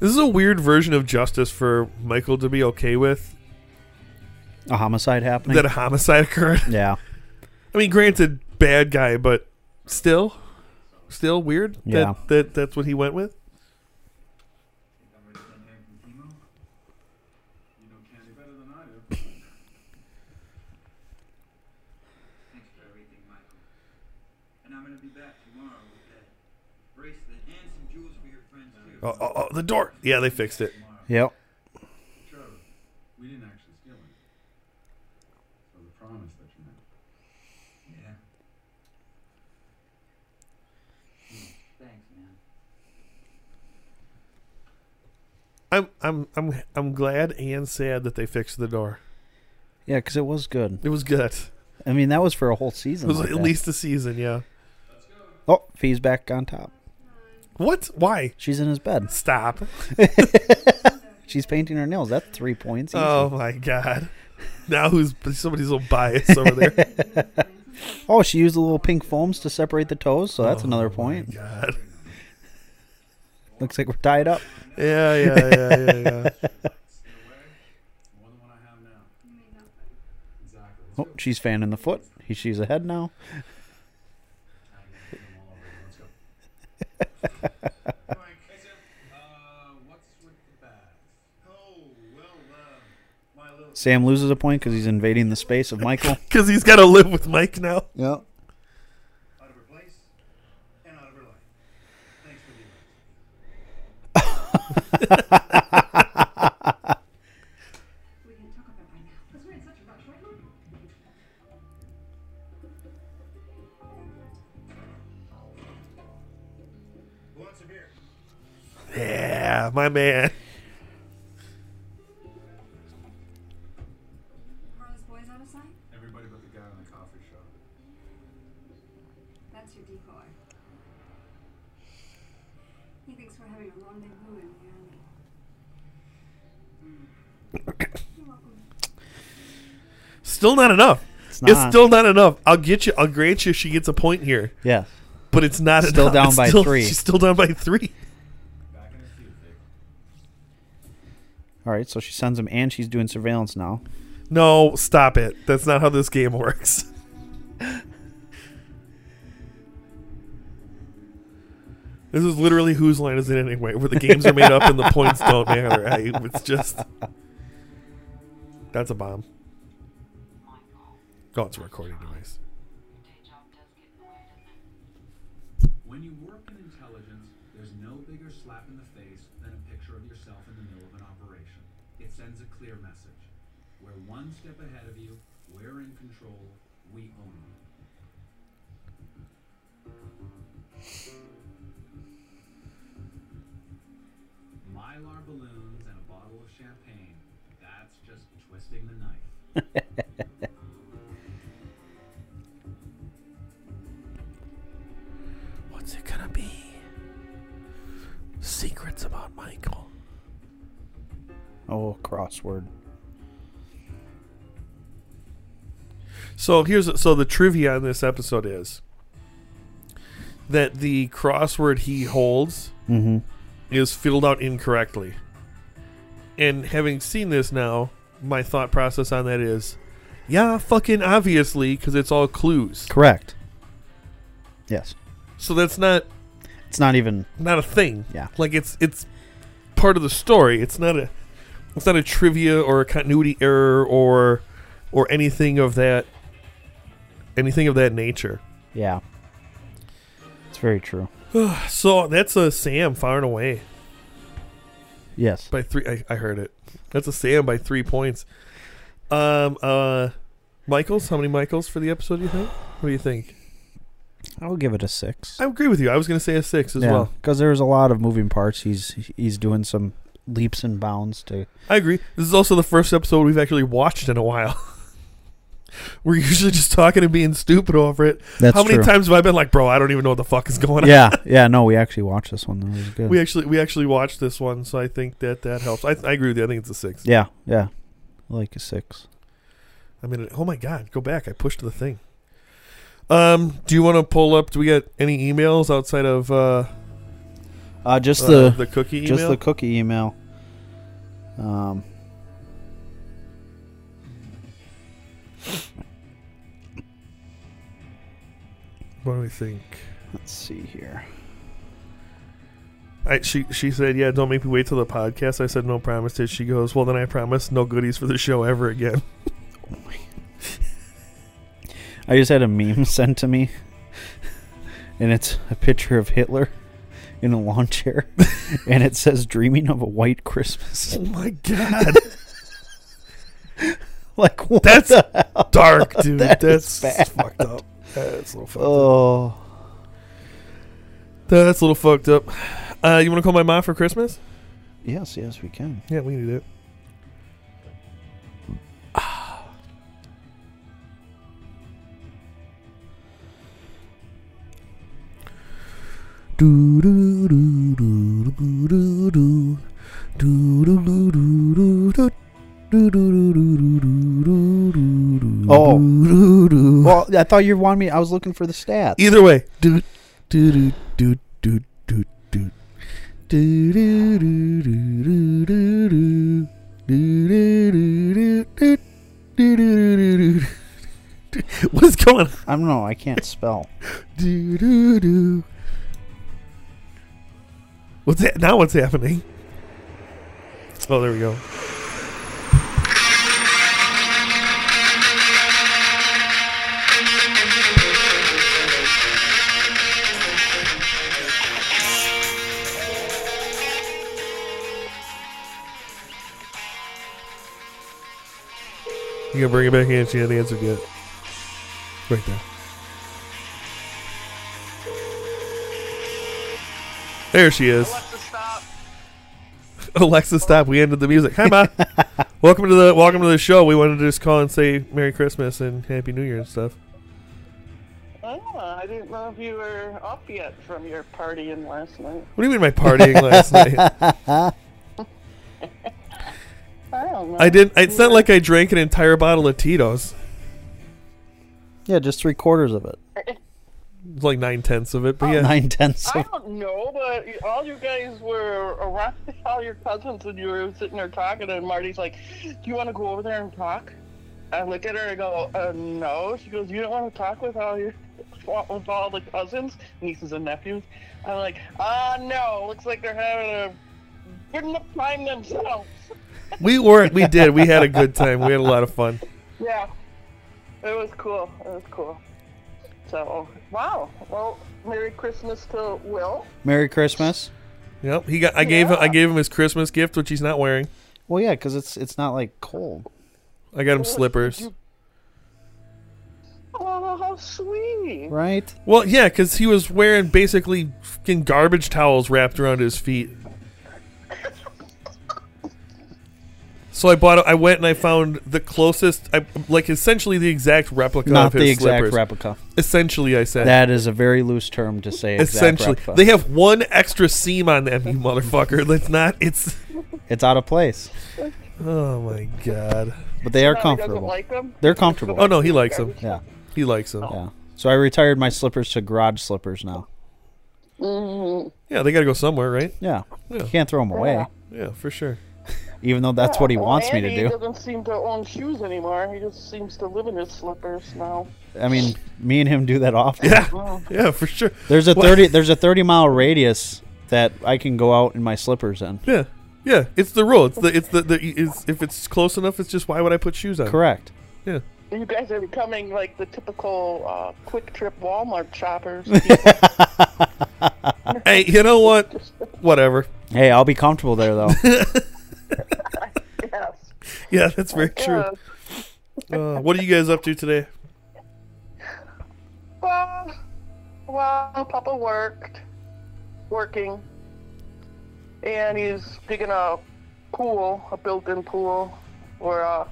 B: This is a weird version of justice for Michael to be okay with
A: A homicide happening.
B: that a homicide occurred.
A: yeah.
B: I mean, granted, bad guy, but still, still weird.
A: Yeah.
B: That, that that's what he went with.
C: Think I'm ready to come home from chemo? You know candy better than I do.
D: Thanks for everything, Michael. And I'm gonna be back tomorrow with that bracelet and some jewels for your friends too.
B: Oh, oh, oh, the door. Yeah, they fixed it.
A: Yep.
C: Trevor, we didn't actually steal it. So the promise that you made.
D: Yeah. Hmm.
B: I'm
D: Thanks, man.
B: I'm I'm I'm glad and sad that they fixed the door.
A: Yeah, because it was good.
B: It was good.
A: I mean, that was for a whole season.
B: It was
A: like
B: at
A: that.
B: least a season. Yeah.
A: Oh, Fee's back on top.
B: What? Why?
A: She's in his bed.
B: Stop.
A: She's painting her nails. That's three points. easy.
B: Oh my god. Now who's somebody's little bias over there?
A: Oh, she used the little pink foams to separate the toes, so that's another point.
B: Oh God.
A: Looks like we're tied up.
B: Yeah, yeah, yeah, yeah, yeah.
C: In a way, more than what I have now. Exactly.
A: Oh,
C: Let's go.
A: she's fanning the foot. He, she's ahead now.
C: I got them all over. Let's go. Frank, hey, Sam. Uh, what's with the bags? Oh, well, uh, my little
A: Sam loses a point because he's invading the space of Michael.
B: Because he's got to live with Mike now.
A: yep.
C: out of her place and out of her life. Thanks for the advice.
F: We can talk about that now. Because we're in such a rush, right, Mom?
C: Who wants a beer?
B: Yeah, my man.
F: Are those boys out of sight?
C: Everybody but the guy in the coffee shop.
F: That's your decoy. He thinks we're having a rendezvous in the alley. You're welcome.
B: Still not enough. It's,
A: not.
B: still not enough. I'll get you. I'll grant you. She gets a point here,
A: Yes.
B: but it's not
A: Still
B: enough.
A: down
B: It's
A: by
B: still-
A: three.
B: She's still down by three.
C: Back in the seat, Vic.
A: All right, so she sends him, and she's doing surveillance now.
B: No, stop it. That's not how this game works. This is literally whose line is it anyway, where the games are made up and the points don't matter. I, it's just that's a bomb.
D: Michael, your
B: Oh, it's a recording device.
D: day job does get in the way, doesn't it?
C: When you work in intelligence, there's no bigger slap in the face than a picture of yourself in the middle of an operation. It sends a clear message. We're one step ahead of you, we're in control, we own you. Mylar balloons and a bottle of champagne, that's just twisting the knife.
B: What's it gonna be? Secrets about Michael.
A: Oh, crossword.
B: So here's so the trivia on this episode is that the crossword he holds
A: Mm-hmm.
B: is filled out incorrectly. And having seen this now, my thought process on that is, yeah, fucking obviously, because it's all clues.
A: Correct. Yes.
B: So that's not
A: It's not even.
B: not a thing.
A: Yeah.
B: like it's it's part of the story. It's not a it's not a trivia or a continuity error or or anything of that anything of that nature.
A: Yeah. It's very true.
B: So that's a Sam far and away
A: Yes.
B: by three. I, I heard it. That's a Sam by three points. Um, uh, Michaels. How many Michaels for the episode? You think? What do you think?
A: I'll give it a six.
B: I agree with you. I was going to say a six as well.
A: because there's a lot of moving parts. He's he's doing some leaps and bounds to.
B: I agree. This is also the first episode we've actually watched in a while. We're usually just talking and being stupid over it.
A: That's
B: how many
A: true.
B: times have I been like, bro? I don't even know what the fuck is going on.
A: yeah, yeah. No, we actually watched this one. That was good.
B: We actually we actually watched this one, so I think that that helps. I, I agree with you. I think it's a six.
A: yeah, yeah. I like a six.
B: I mean, oh my God, go back. I pushed the thing. Um, do you want to pull up? Do we get any emails outside of uh,
A: Uh, just
B: Uh,
A: the,
B: the cookie email.
A: just the cookie email. Um,
B: what do we think?
A: let's see here.
B: I, she she said, "Yeah, don't make me wait till the podcast." I said, "No promise." Did she goes? Well, then I promise no goodies for the show ever again.
A: I just had a meme sent to me, and it's a picture of Hitler in a lawn chair, and it says "Dreaming of a White Christmas."
B: Oh my god,
A: like what
B: That's-
A: the hell?
B: dark dude.
A: That
B: That's
A: is bad.
B: fucked up. That's a little fucked up.
A: Oh,
B: That's a little fucked up. Uh, you want to call my mom for Christmas?
A: yes, yes, we can.
B: Yeah, we can do that. Do do do do do do do do do do do do do do do do do do do do
A: Oh.
B: do do
A: Well, I thought you wanted me. I was looking for the stats.
B: Either way. Do do do do do do do do do do do do do do do do do do do do What is going on?
A: I don't know. I can't spell.
B: Do do do. What's that? Now what's happening? Oh, there we go. You gonna bring it back in? She hasn't answered yet. Right there. There she is. Alexa, stop. We ended the music. Hi, Ma. welcome to the welcome to the show. We wanted to just call and say Merry Christmas and Happy New Year and stuff.
H: Oh, I didn't know if you were up yet from your partying last night.
B: What do you mean by partying last night?
H: I don't know.
B: I didn't. It's not like I drank an entire bottle of Tito's.
A: Yeah, just three quarters of it.
B: It's like nine tenths of it, but yeah. Ah.
A: Nine tenths.
H: I
A: Of,
H: don't know, but all you guys were around, all your cousins, and you were sitting there talking, and Marty's like, Do you want to go over there and talk? I look at her and go, uh, No. She goes, You don't want to talk with all your. With all the cousins, nieces, and nephews, I'm like, ah, no. Looks like they're having a good enough time themselves.
B: We were. We did. We had a good time. We had a lot of fun.
H: Yeah, it was cool. It was cool. So, wow. Well, Merry Christmas to Will.
A: Merry Christmas.
B: Yep. He got. I gave him. I gave him his Christmas gift, which he's not wearing.
A: Well, yeah, because it's it's not like cold.
B: I got him slippers.
H: Oh, how sweet.
A: Right?
B: Well, yeah, because he was wearing basically fucking garbage towels wrapped around his feet. So I bought. I went and I found the closest, I, like essentially the exact replica
A: Not
B: of his
A: the exact
B: slippers.
A: replica.
B: essentially, I said.
A: That is a very loose term to say. Exact
B: essentially,
A: replica.
B: they have one extra seam on them, you motherfucker. That's not. It's.
A: it's out of place,
B: Oh my god.
A: but they are
H: Probably
A: comfortable.
H: Doesn't like them.
A: They're comfortable.
B: Oh no, he likes them.
A: Yeah,
B: He likes them.
A: yeah. So I retired my slippers to garage slippers now.
B: Yeah, they got to go somewhere, right?
A: Yeah,
B: Yeah.
A: you can't throw them away,
B: Yeah, for sure.
A: even though that's what he
H: Well,
A: wants me
H: Andy
A: to do.
H: doesn't seem to own shoes anymore. He just seems to live in his slippers now.
A: I mean, me and him do that often.
B: Yeah, yeah, for sure.
A: There's a
B: What?
A: thirty. There's a thirty mile radius that I can go out in my slippers in.
B: Yeah, yeah. It's the rule. It's the it's the, the it's, if it's close enough, it's just why would I put shoes on?
A: Correct.
B: Yeah.
H: You guys are becoming like the typical uh, quick trip Walmart shoppers.
B: Hey, you know what? Whatever.
A: Hey, I'll be comfortable there though.
H: yes.
B: Yeah, that's very true.
H: Yeah.
B: Uh, what are you guys up to today?
H: Well, well, Papa worked, working, and he's digging a pool, a built-in pool, or a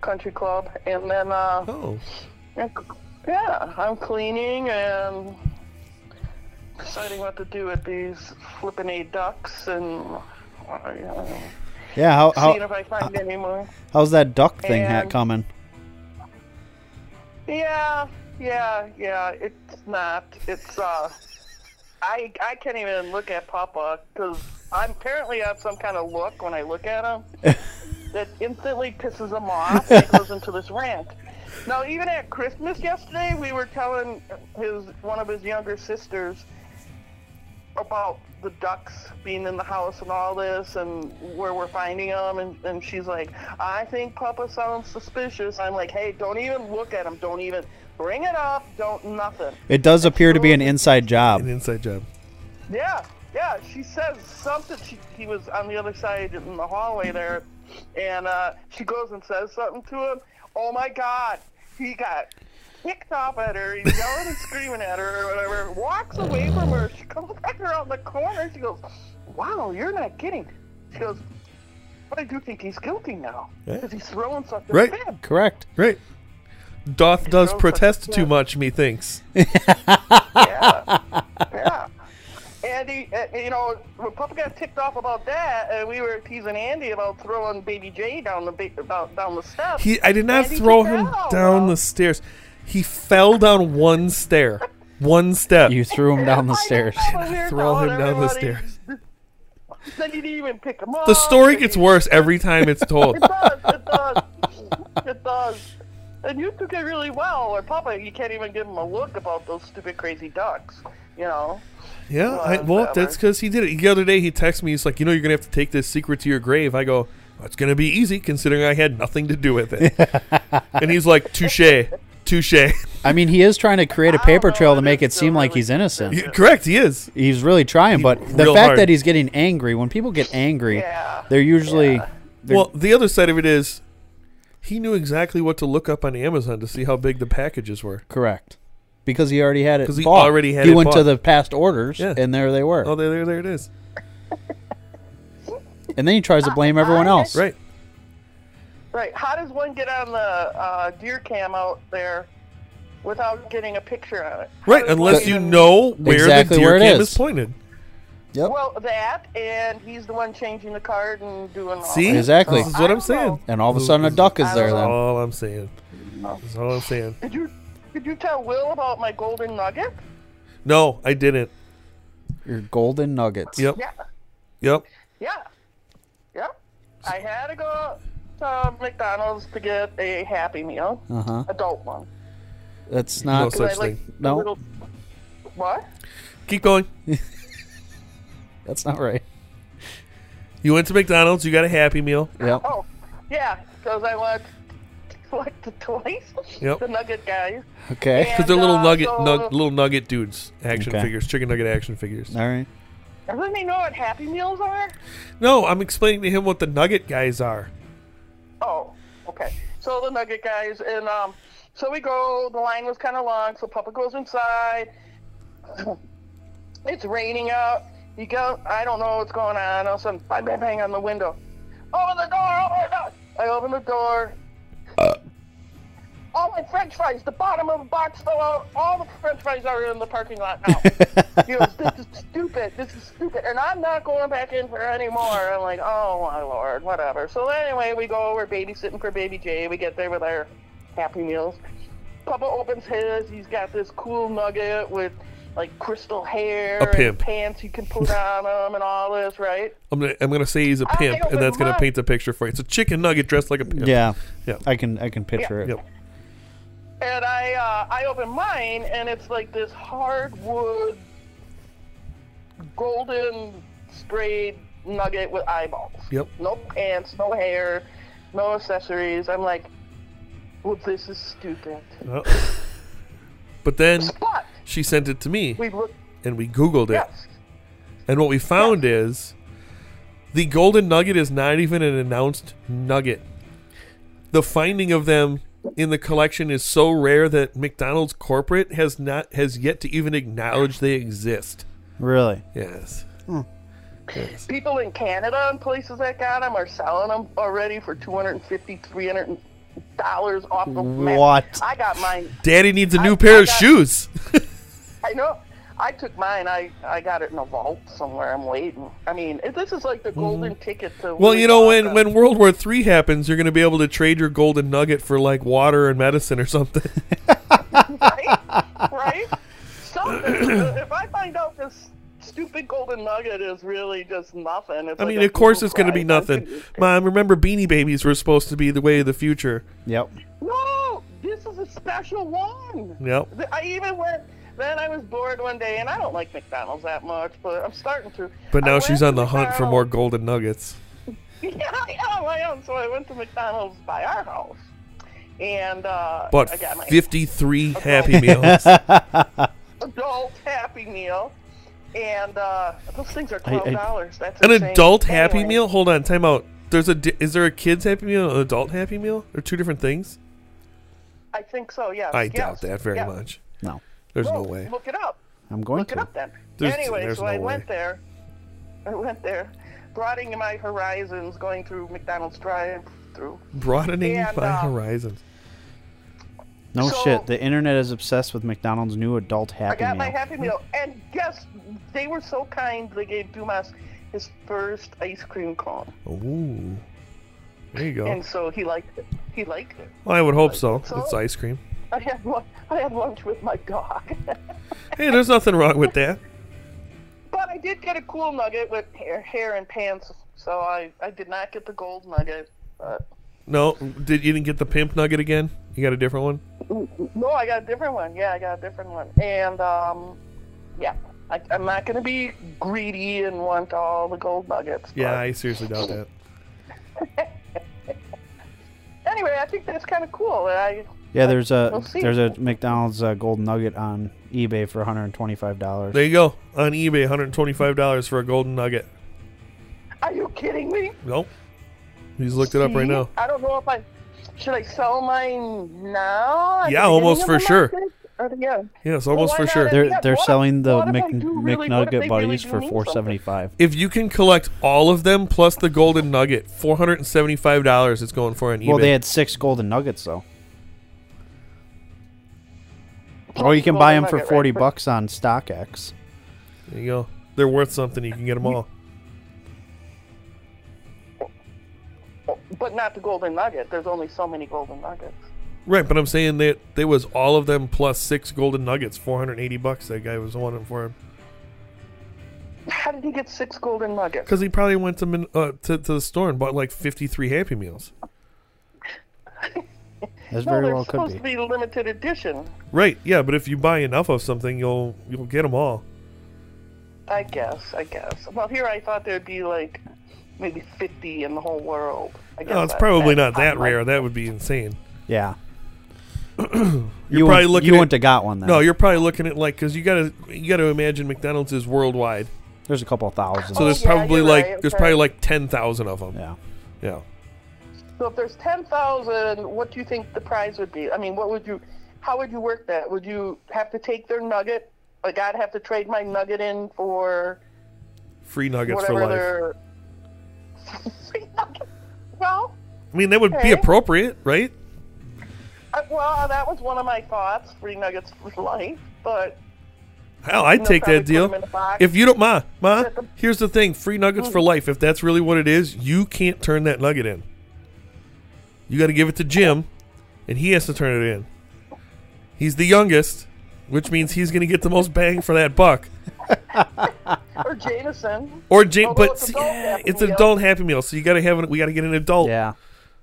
H: country club, and then uh,
B: Oh,
H: yeah, I'm cleaning and deciding what to do with these flippin' a ducks and. uh,
A: Yeah. How
H: Seeing
A: how
H: if I find any more.
A: how's that duck thing hat
H: And-
A: coming?
H: Yeah, yeah, yeah. It's not. It's uh, I I can't even look at Papa because I'm apparently have some kind of look when I look at him that instantly pisses him off and goes into this rant. Now, even at Christmas yesterday, we were telling his one of his younger sisters about the ducks being in the house and all this and where we're finding them and, and she's like i think papa sounds suspicious i'm like hey don't even look at him don't even bring it up don't nothing
A: It does appear to be an inside
B: An
A: job.
B: inside job.
H: yeah, yeah. She says something. She, he was on the other side in the hallway there, and uh, she goes and says something to him. Oh my God, he got kicked off at her. He's yelling and screaming at her or whatever. Walks away from her. She comes back around the corner. She goes, "Wow, you're not kidding." She goes, "But I do think he's guilty now
B: Yeah.
H: because he's throwing something
B: Right.
H: at him."
A: Correct.
B: Right. Doth does
H: no
B: protest
H: such
B: too
H: thing.
B: much, methinks.
H: yeah. yeah. Andy, uh, you know, when Papa got ticked off about that, and we were teasing Andy about throwing Baby J down the ba- about, down the steps.
B: He, I did not
H: Andy
B: throw
H: fell.
B: him down the stairs. He fell down one stair, one step.
A: You threw him down the
H: I know,
A: stairs.
H: but we were
B: Throw
H: telling
B: him down the
H: everybody-
B: stairs.
H: Then you didn't even pick him up.
B: The story
H: and
B: gets
H: you-
B: worse every time it's told.
H: It does. It does. it does. And you took it really well. Or Papa, you can't even give him a look about those stupid crazy ducks. You know.
B: Yeah, I,
H: Uh,
B: well,
H: whatever.
B: that's because he did it. The other day, he texted me. He's like, "You know, you're gonna have to take this secret to your grave." I go, well, "It's gonna be easy, considering I had nothing to do with it." and he's like, "Touche, touche."
A: I mean, he is trying to create a
H: I don't
A: paper
H: know,
A: trail to
H: that
A: make
H: is
A: it seem
H: still
A: like
H: really
A: he's innocent.
B: Yeah, Correct, he is.
A: He's really trying, but the
B: real
A: fact
B: hard.
A: that he's getting angry, when people get angry,
H: Yeah.
A: they're usually they're-
B: Well, the other side of it is, he knew exactly what to look up on Amazon to see how big the packages were.
A: correct because he already had it.
B: 'Cause he
A: bought.
B: already had
A: He
B: it
A: went
B: bought.
A: to the past orders,
B: Yeah.
A: and there they were.
B: Oh, there, there, there it is.
A: and then he tries to
H: Uh,
A: blame everyone else.
B: Right.
H: Right. How does one get on the uh, deer cam out there without getting a picture on it? How
B: Right,
H: does
B: unless
H: one
B: you
H: even-
B: know where
A: Exactly
B: the deer
A: where it
B: cam
A: is.
B: is pointed.
A: Yep.
H: Well, that, and he's the one changing the card and doing all
B: See,
H: that.
A: Exactly.
B: This is what
H: I
B: I'm
H: don't
B: saying.
H: know.
A: and all of a sudden, a duck is
H: I
A: there.
H: don't
B: That's
A: Then
B: all I'm saying. That's all I'm saying.
H: Did you did you tell Will about my golden nugget?
B: No, I didn't.
A: your golden nuggets.
B: Yep.
H: Yeah.
B: Yep.
H: Yeah. Yep. I had to go to McDonald's to get a Happy Meal,
A: Uh huh.
H: adult one.
A: That's
B: No
A: not.
H: 'Cause
B: such
H: I like
B: thing.
H: the
A: No.
H: Little, what?
B: Keep going.
A: That's not right.
B: You went to McDonald's. You got a Happy Meal.
A: Yep.
H: Oh, yeah, because I want like the toys,
B: Yep.
H: the nugget guys.
A: Okay.
B: Because they're little
H: uh,
B: nugget,
H: so-
B: nug, little nugget dudes, action
A: Okay.
B: figures, chicken nugget action figures.
A: All right.
H: Doesn't he know what Happy Meals are?
B: No, I'm explaining to him what the nugget guys are.
H: Oh, okay. So the Nugget guys, and um, so we go. The line was kind of long, so Papa goes inside. it's raining out. You go. I don't know what's going on. All of a sudden, bang, bang, bang on the window. Open the door! Open the door! I open the door.
B: Uh.
H: All my French fries. The bottom of the box fell out. All the French fries are in the parking lot now. He goes, this is stupid. This is stupid. And I'm not going back in for anymore. I'm like, oh my lord, whatever. So anyway, we go. We're babysitting for Baby J. We get there with our Happy Meals. Papa opens his. He's got this cool nugget with like crystal hair
B: A pimp.
H: and pants you can put on him and all this, right?
B: I'm gonna, I'm gonna say he's a
H: I
B: pimp,
H: think
B: and that's gonna
H: mine-
B: paint the picture for you. It's a chicken nugget dressed like a pimp.
A: Yeah.
B: Yeah.
A: I can. I can picture it.
B: Yep.
H: And I uh, I open mine, and it's like this hardwood, golden sprayed nugget with eyeballs.
B: Yep.
H: No pants, no hair, no accessories. I'm like, well, this is stupid.
B: Uh, But then
H: But
B: she sent it to me,
H: we look.
B: and we Googled it,
H: Yes.
B: and what we found is the golden nugget is not even an announced nugget. The finding of them in the collection is so rare that McDonald's corporate has not has yet to even acknowledge they exist.
A: Really.
B: Yes.
H: Hmm.
B: Yes.
H: People in Canada and places that got them are selling them already for 250 300 dollars off the mat.
A: What?
H: I got mine.
B: Daddy needs a new
H: I-
B: pair
H: I
B: of
H: got-
B: shoes.
H: I know. I took mine. I, I got it in a vault somewhere. I'm waiting. I mean, it- this is like the golden ticket to.
B: Mm-hmm. Well, you know, when,
H: Willy Wonka.
B: when World War III happens, you're going to be able to trade your golden nugget for like water and medicine or something.
H: right, right. So if I find out this stupid golden nugget is really just nothing, it's
B: I
H: like
B: mean,
H: a
B: of course
H: Google
B: it's going to
H: Drive,
B: be
H: I'm
B: nothing.
H: confused.
B: Mom, remember Beanie Babies were supposed to be the way of the future.
A: Yep.
H: No, this is a special one.
B: Yep.
H: Th- I even went. Then I was bored one day, and I don't like McDonald's that much, but I'm starting to.
B: But
H: I
B: now
H: went
B: she's
H: to
B: on the hunt for more
H: McDonald's.
B: golden nuggets.
H: Yeah, I am. I am. So I went to McDonald's by our house, and uh,
B: Bought
H: I got my
B: 53 Happy Meals. I,
H: adult Happy Meal, and uh, those things are
A: I- I-
H: twelve dollars. That's
B: An
H: insane.
B: adult Happy
H: Anyway,
B: Meal? Hold on, time out. There's a di- is there a kids Happy Meal and an adult Happy Meal? They're two different things?
H: I think so. Yeah.
B: I
H: yes,
B: doubt that very
H: yeah.
B: much.
A: No.
B: There's no
H: Look,
B: way.
H: Look it up.
A: I'm going
H: Look it
A: to.
H: up then.
B: There's-
H: anyway,
B: there's
H: so
B: no
H: I
B: way.
H: went there. I went there, broadening my horizons, going through McDonald's drive-through.
B: Broadening
H: And,
B: my
H: uh,
B: horizons.
A: No
H: So-
A: shit. The internet is obsessed with McDonald's new adult
H: I
A: Happy
H: got
A: Meal.
H: my Happy Meal, and yes, they were so kind. They gave Dumas his first ice cream cone,
B: Ooh. There you go.
H: and so he liked it. He liked it.
B: Well, I would hope so.
H: So-
B: It's ice cream.
H: I had lunch, I had lunch with my dog,
B: Hey, there's nothing wrong with that.
H: but I did get a cool nugget with hair, hair and pants. So I, I did not get the gold nugget. But
B: No, did you didn't get the pimp nugget again? You got a different one?
H: No, I got a different one. Yeah, I got a different one. And um, yeah, I, I'm not gonna be greedy and want all the gold nuggets.
B: Yeah,
H: but-
B: I seriously doubt that.
H: Anyway, I think that's kind of cool. and I
A: Yeah, there's a
H: We'll see.
A: there's a McDonald's uh, gold nugget on eBay for 125 dollars.
B: There you go. On eBay, $125 for a golden nugget.
H: are you kidding me?
B: Nope. He's looked it up right
H: See?
B: now.
H: I don't know if I should I sell mine now. at the
B: Yeah, almost
H: beginning
B: for
H: of the
B: sure.
H: market? Or, yeah.
B: Yeah, it's almost
H: why
B: for
H: not?
B: sure.
A: They're
H: Yeah,
A: they're
H: what if-
A: selling the
H: what if I
A: Mc,
H: do really- what if
A: McNugget
H: they really
A: buddies
H: do
A: for
H: mean
A: 475.
B: If you can collect all of them plus the golden nugget, $475 it's going for on eBay.
A: Well, they had six golden nuggets though. Or you can buy them
H: Golden
A: for
H: nugget,
A: 40
H: right?
A: bucks on StockX.
B: there you go. They're worth something. You can get them all.
H: But not the golden nugget. There's only so many golden nuggets.
B: Right, but I'm saying that there was all of them plus six golden nuggets, 480 bucks. That guy was wanting for him
H: How did he get six golden nuggets?
B: because he probably went to, Min- uh, to to the store and bought like 53 Happy Meals.
A: As
H: no,
A: very
H: they're
A: well could
H: supposed
A: be.
H: to be limited edition.
B: Right, yeah, but if you buy enough of something, you'll you'll get them all.
H: I guess. I guess. Well, here I thought there'd be like maybe 50 in the whole world. I guess
B: No, it's
H: that-
B: probably
H: that's
B: not that
H: unlikely.
B: rare. That would be insane.
A: Yeah.
B: You're
A: you
B: probably
A: wouldn't,
B: looking
A: You
B: at-
A: wouldn't have got one then.
B: No, you're probably looking at like because you gotta you gotta imagine McDonald's is worldwide,
A: there's a couple thousand.
B: so
H: Oh,
B: there's
H: yeah,
B: probably
H: you're
B: like
H: right,
B: there's
H: okay.
B: probably like ten thousand of them.
A: yeah.
B: Yeah.
H: So if there's 10,000, what do you think the prize would be? I mean, what would you, how would you work that? Would you have to take their nugget? Like I'd have to trade my nugget in for
B: free nuggets
H: whatever
B: for life.
H: their. well,
B: I mean, that would be
H: Okay.
B: appropriate, right?
H: I, Uh, well, that was one of my thoughts. Free nuggets for life, but
B: Hell, I'd
H: They'll
B: take
H: probably
B: that
H: put
B: deal.
H: them in a box.
B: If you don't, ma, ma,
H: Set them- Mm.
B: here's the thing: free nuggets for life. If that's really what it is, you can't turn that nugget in. You got to give it to Jim, and he has to turn it in. He's the youngest, which means he's going to get the most bang for that buck.
H: or Jameson.
B: Or Jim,
H: Although
B: but
H: it's
B: see,
H: adult
B: yeah,
H: Happy
B: it's an
H: Meal.
B: adult Happy Meal, so you got to have it. We got to get an adult.
A: Yeah.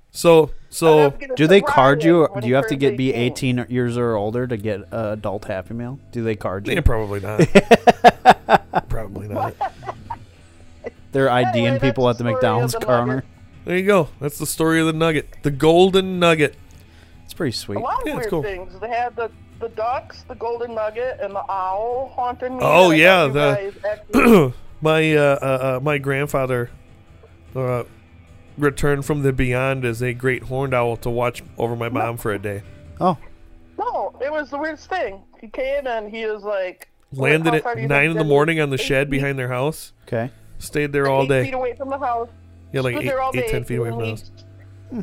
B: So,
H: I'd
B: so
H: have to get a
A: Do they
H: sobriety
A: card you?
H: when
A: Do
H: he
A: you have to
H: turns
A: get be
H: 18.
A: 18 years or older to get uh, adult Happy Meal? Do they card you?
B: yeah, probably not. probably not.
A: They're IDing
H: Anyway, that's
A: people
H: the
A: at the
H: story of
A: McDonald's
H: the
A: counter.
H: nugget.
B: There you go. That's the story of the nugget, the golden nugget.
A: It's pretty sweet.
H: A lot of
B: Yeah, it's
H: weird
B: cool.
H: things. They had the the ducks, the golden nugget, and the owl haunting me.
B: Oh,
H: I thought
B: yeah,
H: you
B: the-
H: guys actually-
B: my uh, uh, uh, my grandfather uh, returned from the beyond as a great horned owl to watch over my mom for a day.
A: Oh,
H: no, it was the weirdest thing. He came and he was like
B: Landed
H: how
B: at
H: far do you
B: nine
H: think
B: in the
H: that-
B: morning on the shed
H: feet-
B: behind their house.
A: okay.
B: Stayed there all
H: eight Feet
B: day.
H: away from the house.
B: Yeah, like
H: was
B: eight,
H: there all day.
B: eight ten feet away
H: and
B: from the
H: he-
B: house.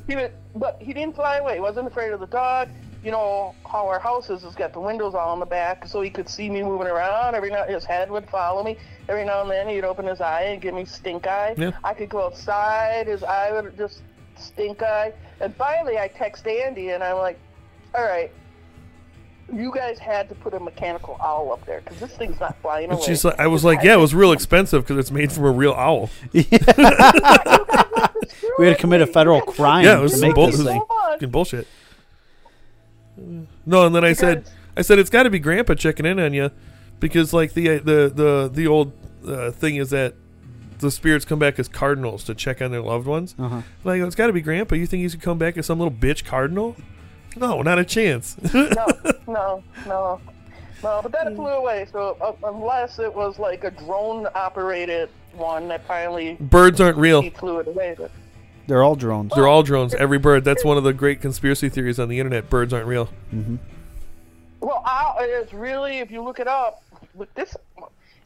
H: He was, but he didn't fly away. He wasn't afraid of the dog. You know how our house is. It's got the windows all in the back, so he could see me moving around. Every now, his head would follow me. Every now and then, he'd open his eye and give me stink eye.
B: Yeah.
H: I could go outside. His eye would just stink eye. And finally, I text Andy, and I'm like, "All right, you guys had to put a mechanical owl up there because this thing's not flying
B: And
H: away.
B: she's like, I was like, yeah, it was real expensive because it's made from a real owl.
A: We had to commit a federal crime
B: Yeah, it was
A: to
B: some
A: make
B: bull-
A: this thing.
B: fucking bullshit. No, and then I said, I said it's got to be Grandpa checking in on you, because like the the the the old uh, thing is that the spirits come back as cardinals to check on their loved ones.
A: Uh-huh.
B: Like it's got to be Grandpa. You think he's gonna come back as some little bitch cardinal? No, not a chance.
H: no, no, no, no. But that flew away. So uh, unless it was like a drone-operated one that finally
B: Birds aren't real.
H: he flew it away. But
A: They're all drones.
B: They're all drones. Every bird. That's one of the great conspiracy theories on the internet. Birds aren't real.
H: well, owl, it's really if you look it up, look this.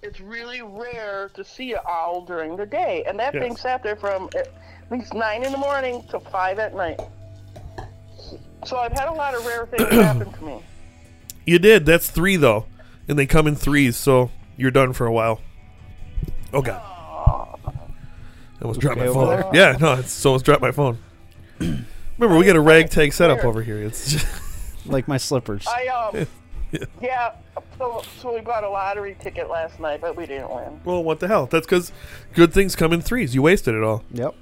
H: It's really rare to see an owl during the day, and that
B: Yes.
H: thing sat there from at least nine in the morning to five at night. So I've had a lot of rare things happen to me.
B: You did. That's three though, and they come in threes, so you're done for a while. Oh god. I almost dropped my
A: okay
B: phone.
A: over
B: Yeah, no, it's so almost dropped my phone. Remember, we got a ragtag setup over here. It's just,
A: Like my slippers.
H: I um, yeah. So, so we bought a lottery ticket last night, but we didn't win.
B: well, what the hell? That's because good things come in threes. You wasted it all.
A: Yep.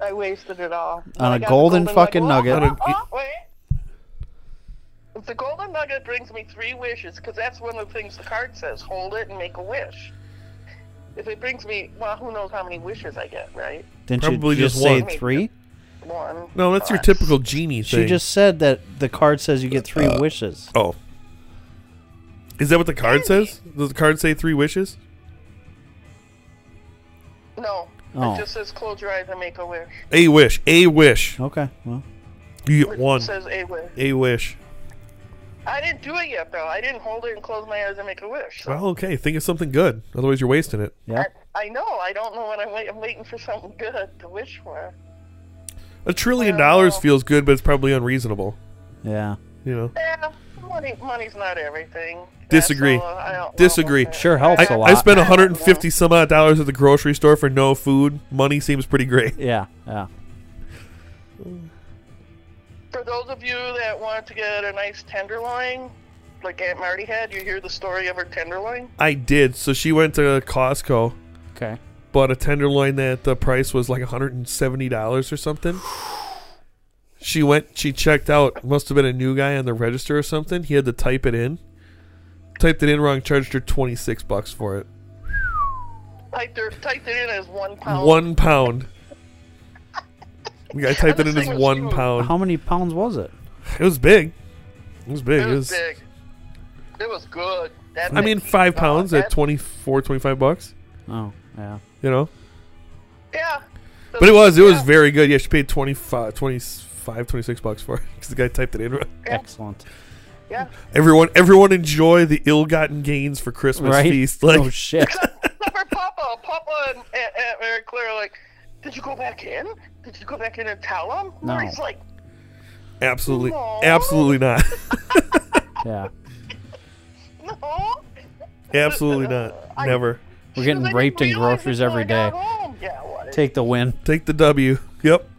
H: I wasted it all.
A: On
H: I
A: a
H: got the
A: golden fucking
H: Oh,
A: nugget.
H: oh, oh, wait. If the golden nugget brings me three wishes, because that's one of the things the card says: hold it and make a wish. If it brings me, well, who knows how many wishes I get, right?
A: Didn't
B: Probably
A: you just,
B: just
A: say
B: one.
A: three?
H: One.
B: No, that's your
H: Uh,
B: typical genie thing.
A: She just said that the card says you get three wishes.
B: Oh. Is that what the card says? Does the card say three wishes?
H: No.
A: Oh.
H: It just says close your eyes and make a wish.
B: A wish. A wish.
A: Okay. Well,
B: You get one.
H: It says a wish.
B: A wish.
H: I didn't do it yet, though. I didn't hold it and close my eyes and make a wish. So.
B: Well, okay. Think of something good. Otherwise, you're wasting it.
A: yeah.
H: I, I know. I don't know what I'm waiting. I'm waiting for something good to wish for.
B: A trillion
H: Well-
B: dollars feels good, but it's probably unreasonable.
A: Yeah.
B: You know.
H: Yeah, money, money's not everything. That's
B: Disagree.
H: all I don't love
B: Disagree.
H: about it.
A: Sure helps
B: I,
A: a lot.
B: I spent 150 some odd dollars at the grocery store for no food. Money seems pretty great.
A: Yeah. Yeah.
H: For those of you that want to get a nice tenderloin, like Aunt Marty had, you hear the story of her tenderloin.
B: I did. So she went to Costco,
A: Okay.
B: bought a tenderloin that the price was like 170 dollars or something. She went. She checked out. Must have been a new guy on the register or something. He had to type it in. Typed it in wrong. Charged her 26 bucks for it.
H: Typed, her, typed it in as one pound.
B: One pound. I typed it in as
H: This thing was
B: one
H: huge.
B: pound.
A: How many pounds was it?
B: It was big. It was big.
H: It was big. It was good. That
B: I mean,
H: thing-
B: five
H: uh,
B: pounds at
H: that-
B: 24, 25 bucks.
A: Oh, yeah.
B: You know,
H: Yeah.
B: but it was it was
H: Yeah.
B: very good. Yeah, she paid 25, 25 26 bucks for it because the guy typed it in. wrong.
A: Excellent.
H: Yeah.
B: Everyone, everyone enjoy the ill-gotten gains for Christmas
A: Right?
B: feast. Like,
A: oh, shit.
H: for Papa. Papa and Aunt, Aunt Mary Claire are like, did you go back in? Did you go back in and tell him?
A: No.
H: He's like,
B: absolutely,
H: Aw.
B: absolutely not,
A: Yeah.
H: no.
B: absolutely not,
H: I-
B: never.
A: We're
H: She
A: getting
H: was like, "I
A: raped in
H: didn't realize
A: groceries
H: until I
A: every
H: got
A: day."
H: home." Yeah, what?
A: Take the win.
B: Take the W. Yep.